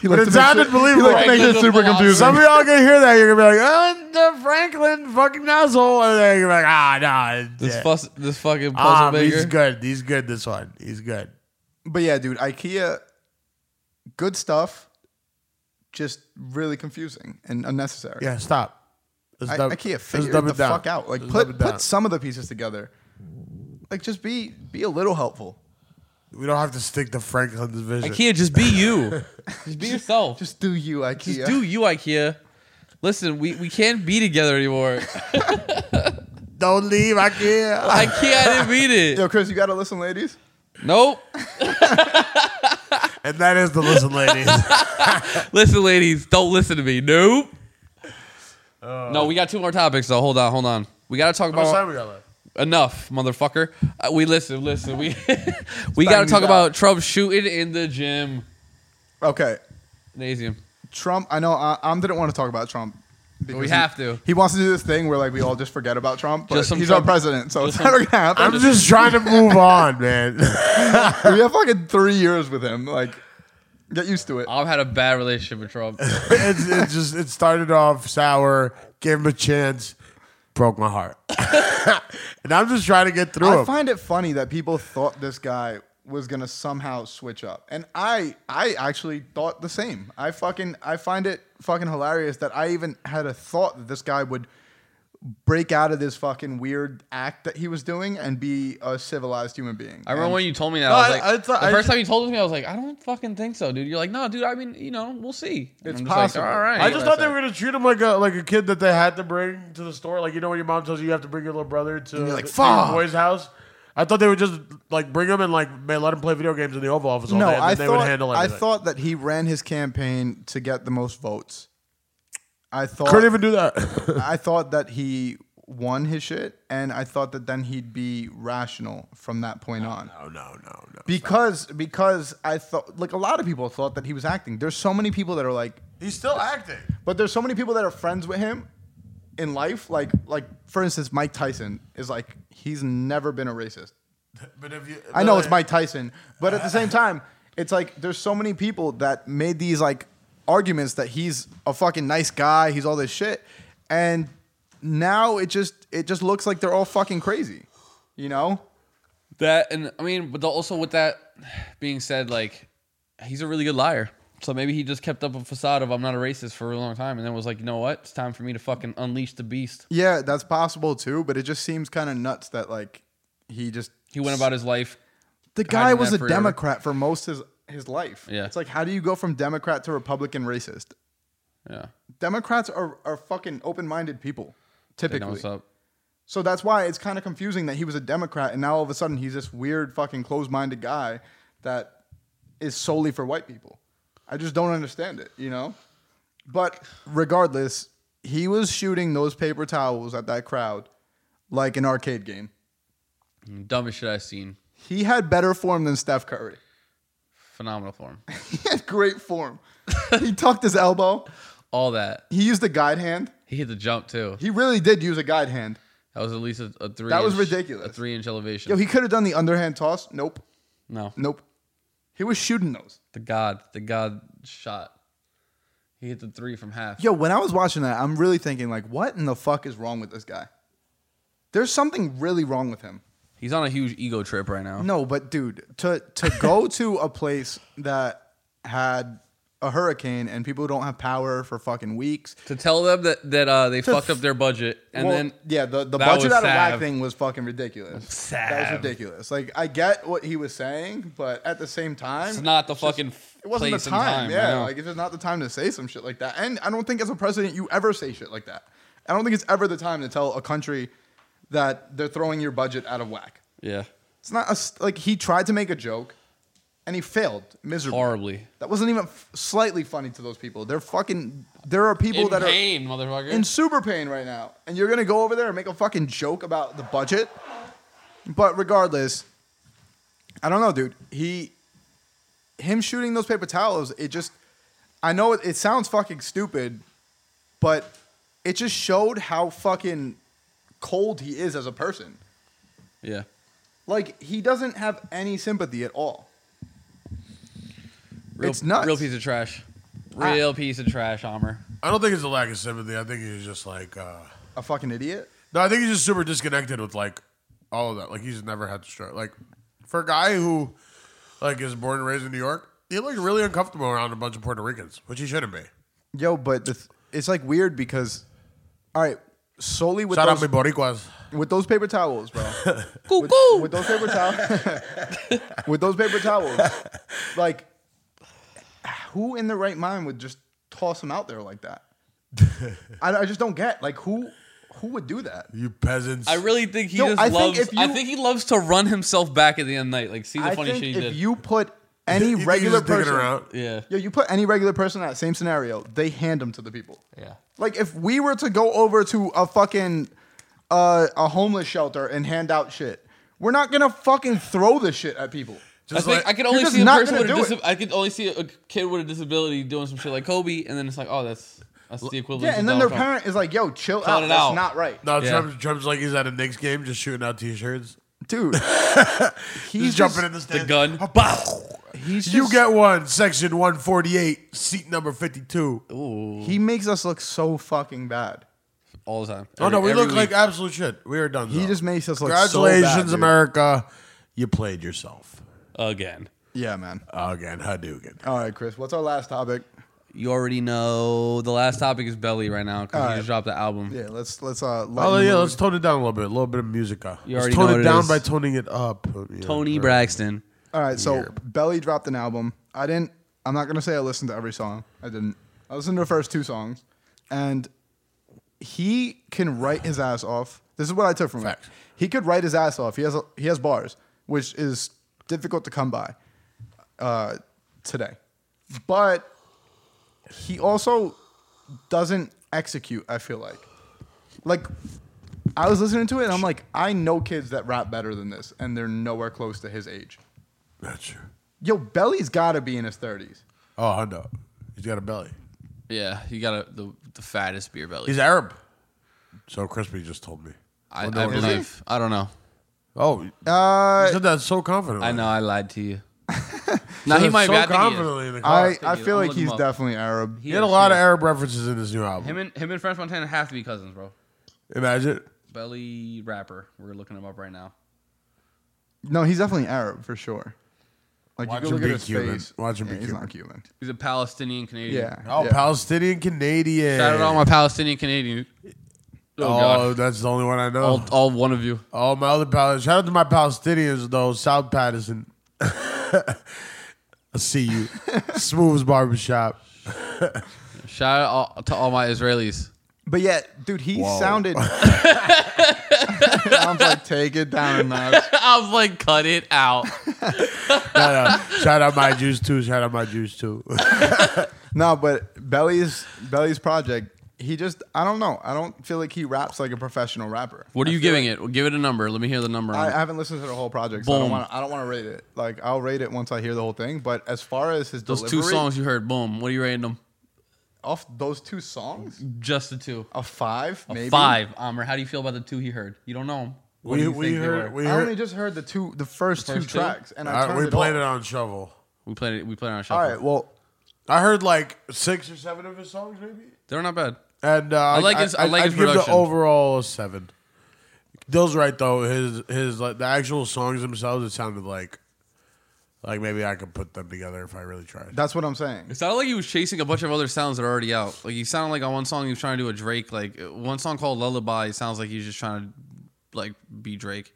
He
But
liked to make
it sounded
shit-
believable.
He liked to make
Franklin's
it
a
super
philosopher.
confusing.
Some of y'all gonna hear that you're gonna be like, oh, the Franklin fucking asshole, and then you're like, ah, nah,
This,
yeah.
fuss, this fucking puzzle
ah, he's
maker.
good. He's good. This one, he's good.
But yeah, dude, IKEA, good stuff, just really confusing and unnecessary.
Yeah, stop. Let's
I,
dumb-
IKEA
let's
figured
dumb
the
it down.
fuck out. Like
Let's dumb
put
it down.
put some of the pieces together. Like just be be a little helpful.
We don't have to stick to Franklin's vision.
IKEA, just be you. Just be yourself. Just,
Just do you, IKEA.
do you, IKEA. Listen, we, we can't be together anymore.
Don't leave IKEA.
IKEA, I didn't mean it.
Yo, Chris, you gotta listen, ladies.
Nope.
And that is the listen, ladies.
Listen, ladies, don't listen to me. Nope. no, we got two more topics though. Hold on, hold on. We gotta talk
How much
about
time we
Oh.
got left?
enough, motherfucker. Uh, we listen, listen. We we gotta
these
talk
out.
about Trump shooting in the gym.
Okay.
Nasium.
Trump, I know I, I didn't want to talk about Trump. because
We
he-
have to.
He wants to do this thing where like we all just forget about Trump, but
Just some
he's
Trump-
our president, so it's
just
not
some-
gonna happen.
I'm just trying to move on, man.
we have fucking three years with him. Like, get used to it.
I've had a bad relationship with Trump.
it's, it just it started off sour, gave him a chance, broke my heart, and I'm just trying to get through
I
him.
find it funny that people thought this guy was gonna somehow switch up, and I I actually thought the same. I fucking I find it fucking hilarious that I even had a thought that this guy would break out of this fucking weird act that he was doing and be a civilized human being.
I remember
And
when you told me that.
No,
I was
I-
like,
I thought-
the
I
first
ju-
time you told me, I was like, I don't fucking think so, dude. You're like, no, dude. I mean, you know, we'll see. And
It's
I'm just
possible.
Like, All right.
I just thought they were gonna treat him like a like a kid that they had to bring to the store. Like you know when your mom tells you you have to bring your little brother to,
you're like,
the- to your
"Fuck."
boy's house. I thought they would just like bring him and like may let him play video games in the Oval Office all
no,
day, and
I
then they
thought
would handle
I
everything.
thought that he ran his campaign to get the most votes. I thought
couldn't even do that.
I thought that he won his shit, and I thought that then he'd be rational from that point on.
oh no no no.
Because because I thought like a lot of people thought that he was acting. There's so many people that are like,
He's still acting.
but there's so many people that are friends with him in life. Like like for instance, Mike Tyson is like he's never been a racist.
But if you,
I know it's Mike Tyson, but at the same time, it's like there's so many people that made these like arguments that he's a fucking nice guy, he's all this shit, and now it just it just looks like they're all fucking crazy, you know?
that, and I mean, but the- also with that being said, like, he's a really good liar. So maybe he just kept up a facade of I'm not a racist for a really long time, and then was like, you know what? It's time for me to fucking unleash the beast.
Yeah, that's possible too, but it just seems kind of nuts that like he just
He went about his life.
the guy
hiding
was
that
a
forever.
Democrat for most his his life.
Yeah.
it's like how do you go from Democrat to Republican racist?
Yeah.
Democrats are are fucking open minded people
They
typically.
know what's up.
So that's why it's kind of confusing that he was a Democrat and now all of a sudden he's this weird fucking closed-minded guy that is solely for white people. I just don't understand it, you know? But regardless, he was shooting those paper towels at that crowd like an arcade game.
Dumbest shit I've seen.
He had better form than Steph Curry.
Phenomenal form.
He had great form. he tucked his elbow.
All that.
He used a guide hand.
He hit the jump too.
He really did use a guide hand.
That was at least a, a three.
That was
inch-
ridiculous.
A three inch elevation.
Yo, he could have done the underhand toss. Nope.
no,
Nope. He was shooting those.
the god, the god shot. He hit the three from half.
Yo, when I was watching that, I'm really thinking like, what in the fuck is wrong with this guy? There's something really wrong with him.
He's on a huge ego trip right now.
No, but dude, to to go to a place that had a hurricane and people don't have power for fucking weeks.
To tell them that that uh, they fucked up their budget and
Well,
then
yeah, the, the
that
budget
was
out of whack
Sav.
thing was fucking ridiculous. That
Sav.
was ridiculous. Like I get what he was saying, but at the same time,
it's not the fucking
it wasn't
place
the
and
time.
I
yeah,
know.
like it's just not the time to say some shit like that. And I don't think as a president you ever say shit like that. I don't think it's ever the time to tell a country that they're throwing your budget out of whack.
yeah,
It's not a s like he tried to make a joke and he failed miserably.
horribly.
That wasn't even f- slightly funny to those people. They're fucking. There are people
In
that are
pain, motherfucker.
in super pain right now, and you're gonna go over there and make a fucking joke about the budget. But regardless, I don't know, dude. He, him shooting those paper towels, it just, I know it, it sounds fucking stupid, but it just showed how fucking cold he is as a person.
yeah,
Like he doesn't have any sympathy at all.
real,
it's nuts. Ah.
Real piece of trash. Real piece of trash, Armor.
I don't think it's a lack of sympathy. I think he's just like. uh
A fucking idiot.
No, I think he's just super disconnected with like all of that. Like he's never had to struggle. Like for a guy who like is born and raised in New York, he looked really uncomfortable around a bunch of Puerto Ricans, which he shouldn't be.
Yo, but the th- it's like weird because, all right, solely with
Shout out
those,
my Boricuas.
with those paper towels, bro.
Cuckoo.
with, with those paper towels, with those paper towels, like, who in their right mind would just toss them out there like that? I, I just don't get like who who would do that.
You peasants.
I really think he
Yo,
just
I think
loves.
if
I
you-
think he loves to run himself back at the end of the night. Like, see the
I
funny
think
shit he
if
did.
you put any
You think he's
regular
just digging
person,
around?
yeah,
yo, you put any regular person in that same scenario, they hand them to the people.
yeah.
Like if we were to go over to a fucking uh, a homeless shelter and hand out shit, we're not gonna fucking throw the shit at people.
I
Just
think
like-
I could
You're
only
just
see a
not
person
gonna
with a
do
dis- I could only see a kid with a disability doing some shit like Kobe, and then it's like, oh, that's that's the equivalent.
Yeah,
to
and then their
Donald Trump.
parent is like, "Yo, chill
Cut
out.
it
That's
out.
not right,
no,
Yeah.
Trump, Trump's like he's at a Knicks game, just shooting out T-shirts.
dude." he's
He's jumping in the stands.
gun.
Bow.
He's just,
You get one, section 148, seat number 52.
He makes us look so fucking bad.
all the time.
oh, no,
Every-
we
every
look like
week.
absolute shit. We are done.
He just makes us look so bad.
Congratulations,
dude.
America. You played yourself.
again.
Yeah, man.
Again, Hadouken.
All right, Chris. What's our last topic?
You already know. The last topic is Belly right now because
All
he
right.
just dropped the album.
Yeah, let's let's uh.
Oh
lighten the
yeah,
mood.
let's tone it down a little bit. A little bit of musica.
You
let's
already
tone
know
it
what it
down
is.
by toning it up. Yeah,
Tony
right.
Braxton.
All right, so Belly dropped an album. I didn't. I'm not gonna say I listened to every song. I didn't. I listened to the first two songs, and he can write his ass off. This is what I took from
Facts.
it. He could write his ass off. He has he has bars, which is difficult to come by uh, today. But he also doesn't execute. I feel like, like I was listening to it, and I'm like, I know kids that rap better than this, and they're nowhere close to his age.
That's true.
Yo, Belly's got to be in his 30s.
Oh, I know. He's got a belly.
Yeah, he got a, the the fattest beer belly.
He's Arab. So crispy just told me.
I,
Well,
I
no, he's not.
believe. I don't know.
Oh, you
Uh,
said that so confidently.
I know. I lied to you. now he
That's
might
so
be. E I think he is.
confidently in the
I,
car.
I
I'm
feel like
looking
he's
him up.
definitely Arab.
He had a lot of Arab references in his new album.
Him and him and French Montana have to be cousins, bro.
Imagine.
Belly rapper. We're looking him up right now.
No, he's definitely Arab for sure. Like
Watch
you go
him
look
be
at his
Cuban.
face.
Watch him
Yeah,
be
he's
Cuban.
not Cuban.
He's a Palestinian Canadian.
Yeah.
Oh,
yeah.
Palestinian Canadian.
Shout out all my Palestinian Canadian. Oh,
Oh,
God.
that's the only one I know.
All, all one of you.
Oh, my other pal. Shout out to my Palestinians though. South Patterson. I see you. Smooth's barbershop.
Shout out all, to all my Israelis.
But yeah, dude, he
Whoa.
sounded. I was like, take it down a notch.
I was like, cut it out.
Shout out, shout out my Jews too. Shout out my Jews too.
No, but Belly's Belly's project. He just, I don't know. I don't feel like he raps like a professional rapper.
What are you giving it? Well, give it a number. Let me hear the number.
I,
On
I
it.
haven't listened to the whole project, so I don't
Boom.
want. I don't want to rate it. Like I'll rate it once I hear the whole thing. But as far as his
Those two
delivery-
songs you heard, boom. What are you rating them?
off those two songs,
Just the two.
a five, maybe
Five. Amr, how do you feel about the two he heard? You don't know him. What do
we
you
we
think they
heard
were?
we
I only
heard.
just heard the two, the first,
The first
two
two?
tracks, and I
all right,
turned
we played it
off.
on shovel.
We played it. We played it on shuffle.
All right, well,
I heard like six or seven of his songs maybe.
They're not bad.
And uh, I
like his- I like his
give the
production.
overall a seven. Dill's right though. His his like the actual songs themselves. It sounded like like maybe I could put them together if I really tried.
that's what I'm saying.
It sounded like he was chasing a bunch of other sounds that are already out. Like he sounded like on one song he was trying to do a Drake. Like uh, one song called Lullaby. It sounds like he's just trying to like be Drake.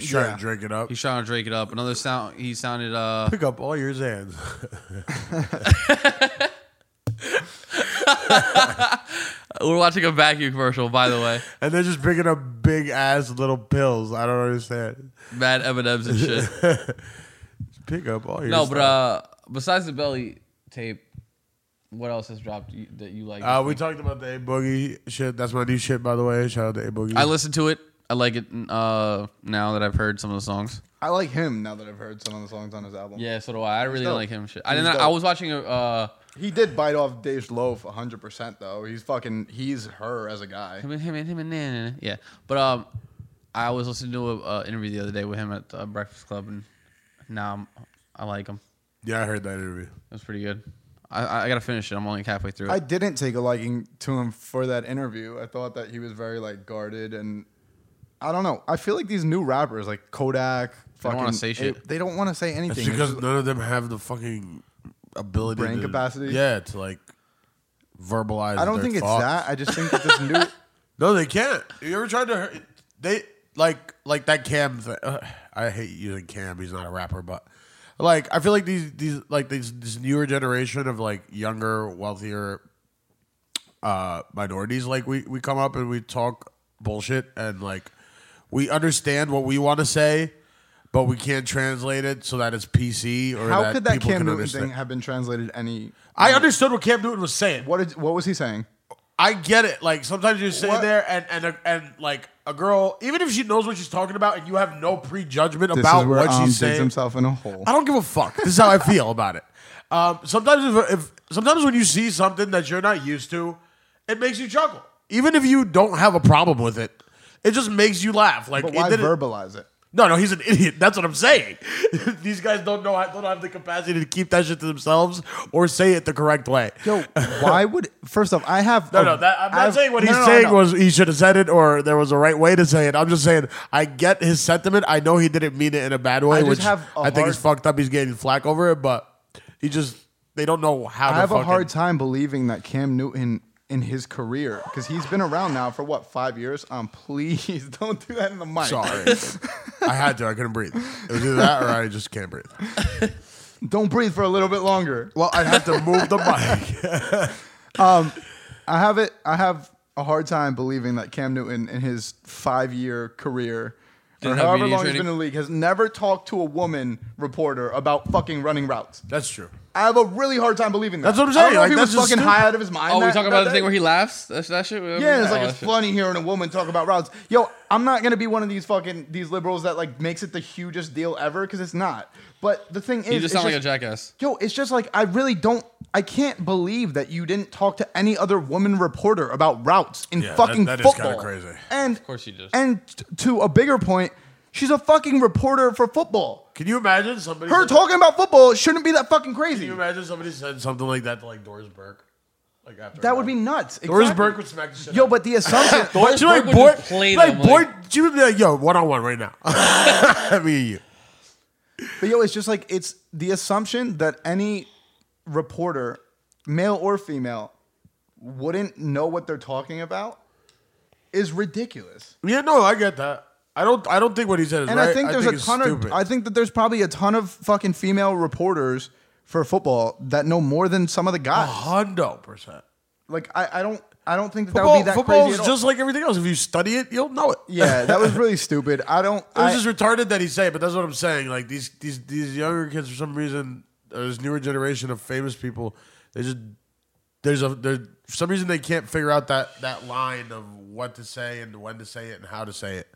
Try
yeah.
to drink it up.
He's trying to Drake it up. Another sound. He sounded. uh
Pick up all your Zans.
We're watching a vacuum commercial, by the way.
and they're just picking up big ass little pills. I don't understand.
Mad M&M's and shit.
Pick up all your
No,
stuff.
but uh, besides the belly tape, what else has dropped you, that you like?
Uh, we talked about the A Boogie shit. That's my new shit, by the way. Shout out to A Boogie.
I listened to it. I like it uh, now that I've heard some of the songs.
I like him now that I've heard some of the songs on his album.
Yeah, so do I. I really
dope.
like him. Shit, I
He's
didn't. I
dope.
was watching a. Uh,
he did bite off Dej Loaf 100 percent though. He's fucking, he's her as a guy.
him and him and him and nah, nah, nah. yeah, but um, I was listening to a uh, interview the other day with him at the Breakfast Club, and now I'm, I like him.
yeah, I heard that interview.
It was pretty good. I, I gotta finish it. I'm only halfway through.
I
It.
didn't take a liking to him for that interview. I thought that he was very like guarded and I don't know. I feel like these new rappers like Kodak,
They don't wanna
fucking-
say shit.
They don't want to say anything. It's
It's because none of them have the fucking ability,
Brain
to-
capacity?
Yeah, to like verbalize.
I don't
their
think it's
thoughts.
that. I just think that this new
No, they can't. You ever tried to? hurt- They like like that Cam. Thing. Uh, I hate using Cam. He's not a rapper, but like I feel like these these like these this newer generation of like younger, wealthier uh minorities. Like we we come up and we talk bullshit and like we understand what we want to say. But we can't translate it so that it's PC or
How
that
could that
people
Cam
can
Newton
understand.
thing have been translated any?
I understood what Cam Newton was saying.
What did, what was he saying?
I get it. Like sometimes you're sitting
What?
there and and a, and like a girl, even if she knows what she's talking about and you have no prejudgment
This
about
is where
what
um,
she's
digs
saying,
himself in a hole.
I don't give a fuck. This is how I feel about it. Um, sometimes if, if sometimes when you see something that you're not used to, it makes you chuckle. Even if you don't have a problem with it, it just makes you laugh. Like
But
it
why
didn't-
verbalize it?
no, no, he's an idiot. That's what I'm saying. These guys don't know. don't have the capacity to keep that shit to themselves or say it the correct way.
Yo, why would? First off, I have
No, no, that, I'm not
I've-
saying what
no,
he's
no, no,
saying
no.
was he should have said it or there was a right way to say it. I'm just saying I get his sentiment. I know he didn't mean it in a bad way,
I just
which
have a
I think
hard-
is fucked up. He's getting flack over it, but he just They don't know how.
I
to
have a
fucking-
hard time believing that Cam Newton in his career, because he's been around now for what five years. Um, please don't do that in the mic.
Sorry, I had to. I couldn't breathe. It was either that or I just can't breathe.
Don't breathe for a little bit longer.
Well, I'd have to move the mic.
I have it. I have a hard time believing that Cam Newton in his five-year career. Or
Didn't have
however
media
long he's been
training?
in the league, has never talked to a woman reporter about fucking running routes.
That's true.
I have a really hard time believing that.
That's what I'm
I don't
saying,
know
like,
if he
that's
was
just
fucking
stupid.
high out of his mind.
Oh, we
that-
talking
that
about the
day?
thing where he laughs. That's that shit.
Yeah, it's like
Oh,
it's
that shit.
funny hearing a woman talk about routes. Yo, I'm not gonna be one of these fucking these liberals that like makes it the hugest deal ever because it's not. But the thing is,
You just
it's
sound like a jackass.
Yo, it's just like I really don't. I can't believe that you didn't talk to any other woman reporter about routes in
Yeah, that-
fucking
that is kinda
football.
crazy.
And of
course she does.
And t- to a bigger point, she's a fucking reporter for football.
Can you imagine somebody?
Her
said-
talking about football shouldn't be that fucking crazy.
Can you imagine somebody said something like that to like Doris Burke? Like after
That would be nuts.
Doris
Exactly.
Burke would smack the shit.
Yo,
out of
but the assumption.
her.
Doris
She
Burke would
boy-
just play
like
them,
boy,
like-
she would be like, "Yo, one on one right now." Me and you.
But yo, it's just like it's the assumption that any reporter, male or female, wouldn't know what they're talking about is ridiculous.
Yeah, no, I get that. I don't. I don't think what he said is
And
right.
I think there's a
it's
ton
stupid.
of I think that there's probably a ton of fucking female reporters for football that know more than some of the
a
guys.
hundo percent.
Like I, I don't I don't think that
Football,
that would be that
football
crazy.
is
at all.
just like everything else. If you study it, you'll know it.
yeah, that was really stupid. I don't
It was
I,
just retarded that he said, it, but that's what I'm saying. Like these these these younger kids, for some reason, or this newer generation of famous people, they just there's a there's for some reason they can't figure out that that line of what to say and when to say it and how to say it.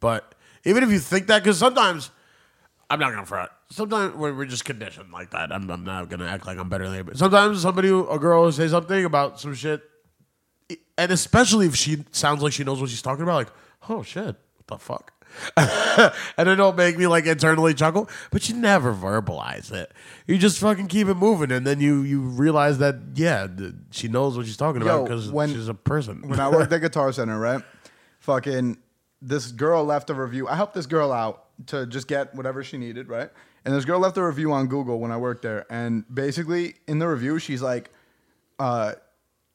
But even if you think that, because sometimes I'm not gonna front. Sometimes we're, we're just conditioned like that. I'm, I'm not gonna act like I'm better than anybody. Sometimes somebody, a girl, will say something about some shit and especially if she sounds like she knows what she's talking about, like, oh shit, what the fuck? and it don't make me like internally chuckle, but you never verbalize it. You just fucking keep it moving, and then you you realize that yeah, th- she knows what she's talking about
Yo,
because
when-
she's a person.
when I worked at Guitar Center, right? Fucking this girl left a review. I helped this girl out to just get whatever she needed, right? And this girl left a review on Google when I worked there. And basically in the review, she's like, uh,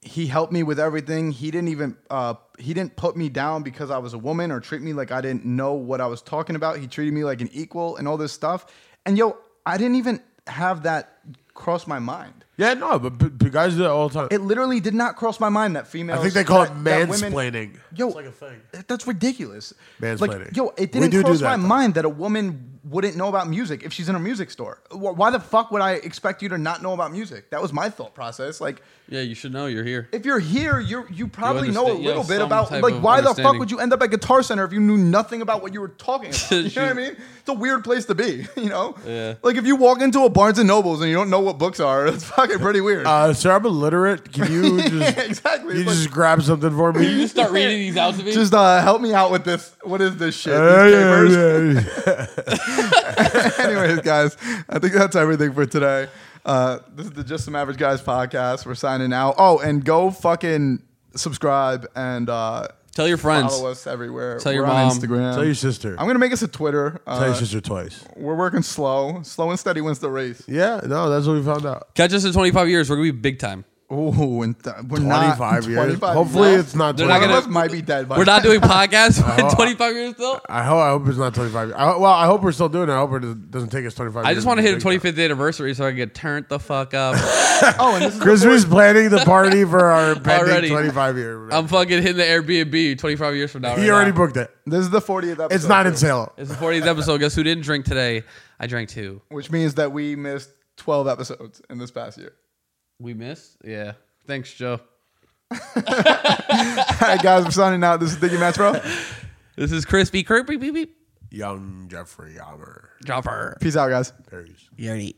he helped me with everything. He didn't even uh, he didn't put me down because I was a woman or treat me like I didn't know what I was talking about. He treated me like an equal and all this stuff. And yo, I didn't even have that cross my mind.
yeah, no, but, but, but guys do that all the time.
It literally did not cross my mind that females.
I think they call it
that- that women-
mansplaining.
Yo,
It's like a thing.
that- That's ridiculous.
Mansplaining.
Like, yo,
We
it didn't
do do
cross my
that, though.
mind that a woman wouldn't know about music if she's in a music store. Wh- Why the fuck would I expect you to not know about music? That was my thought process. Like,
Yeah, you should know you're here.
if you're here, you you probably know a
understand- you
little
have
bit
some
about
type
like
of
why the fuck
understanding.
would you end up at Guitar Center if you knew nothing about what you were talking about? you know what I mean? It's a weird place to be. You know?
Yeah.
Like if you walk into a Barnes and Nobles and you don't know what books are, it's fucking pretty weird.
Uh, sir, I'm illiterate. Can you just
Yeah, exactly.
You
It's like-
just grab something for
You
me.
just start reading these out to me.
just uh, help me out with this. What is this shit?
Yeah,
These papers?
yeah, yeah.
Anyways, guys, I think that's everything for today. Uh, this is the Just Some Average Guys podcast. We're signing out. Oh, and go fucking subscribe and uh,
Tell your friends.
follow us everywhere.
Tell your
We're on
mom.
Instagram.
Tell your sister.
I'm gonna make us a Twitter.
Tell your
Uh,
sister twice.
we're working slow. Slow and steady wins the race.
Yeah, no, that's what we found out.
Catch us in 25 years. We're gonna be big time.
Ooh, and th- we're not
25 years.
25
Hopefully,
years.
it's not.
They're
25.
not
One of
gonna-
us might be dead. By
We're not
then.
doing podcasts in 25 years though.
I hope, I hope it's not 25. I, ho- well, I hope we're still doing it. I hope it doesn't- doesn't take us 25
I
years
just want to
be
hit a
big
25th anniversary so I can get turned the fuck up.
Oh, and this is
time. Chris was planning the party for our pending
Already.
25 year.
I'm fucking hitting the Airbnb 25 years from now.
he
right
already
now.
booked it.
this is the 40th episode.
It's not in Salem.
It's the 40th episode. Guess who didn't drink today? I drank two.
which means that we missed 12 episodes in this past year.
We missed. Yeah. Thanks, Joe.
All right, guys, we're signing out. This is Diggy Match, bro.
This is crispy, creepy, beep, beep,
Young Jeffrey Dahmer.
dropper.
Peace out, guys.
Peace.
Yardy.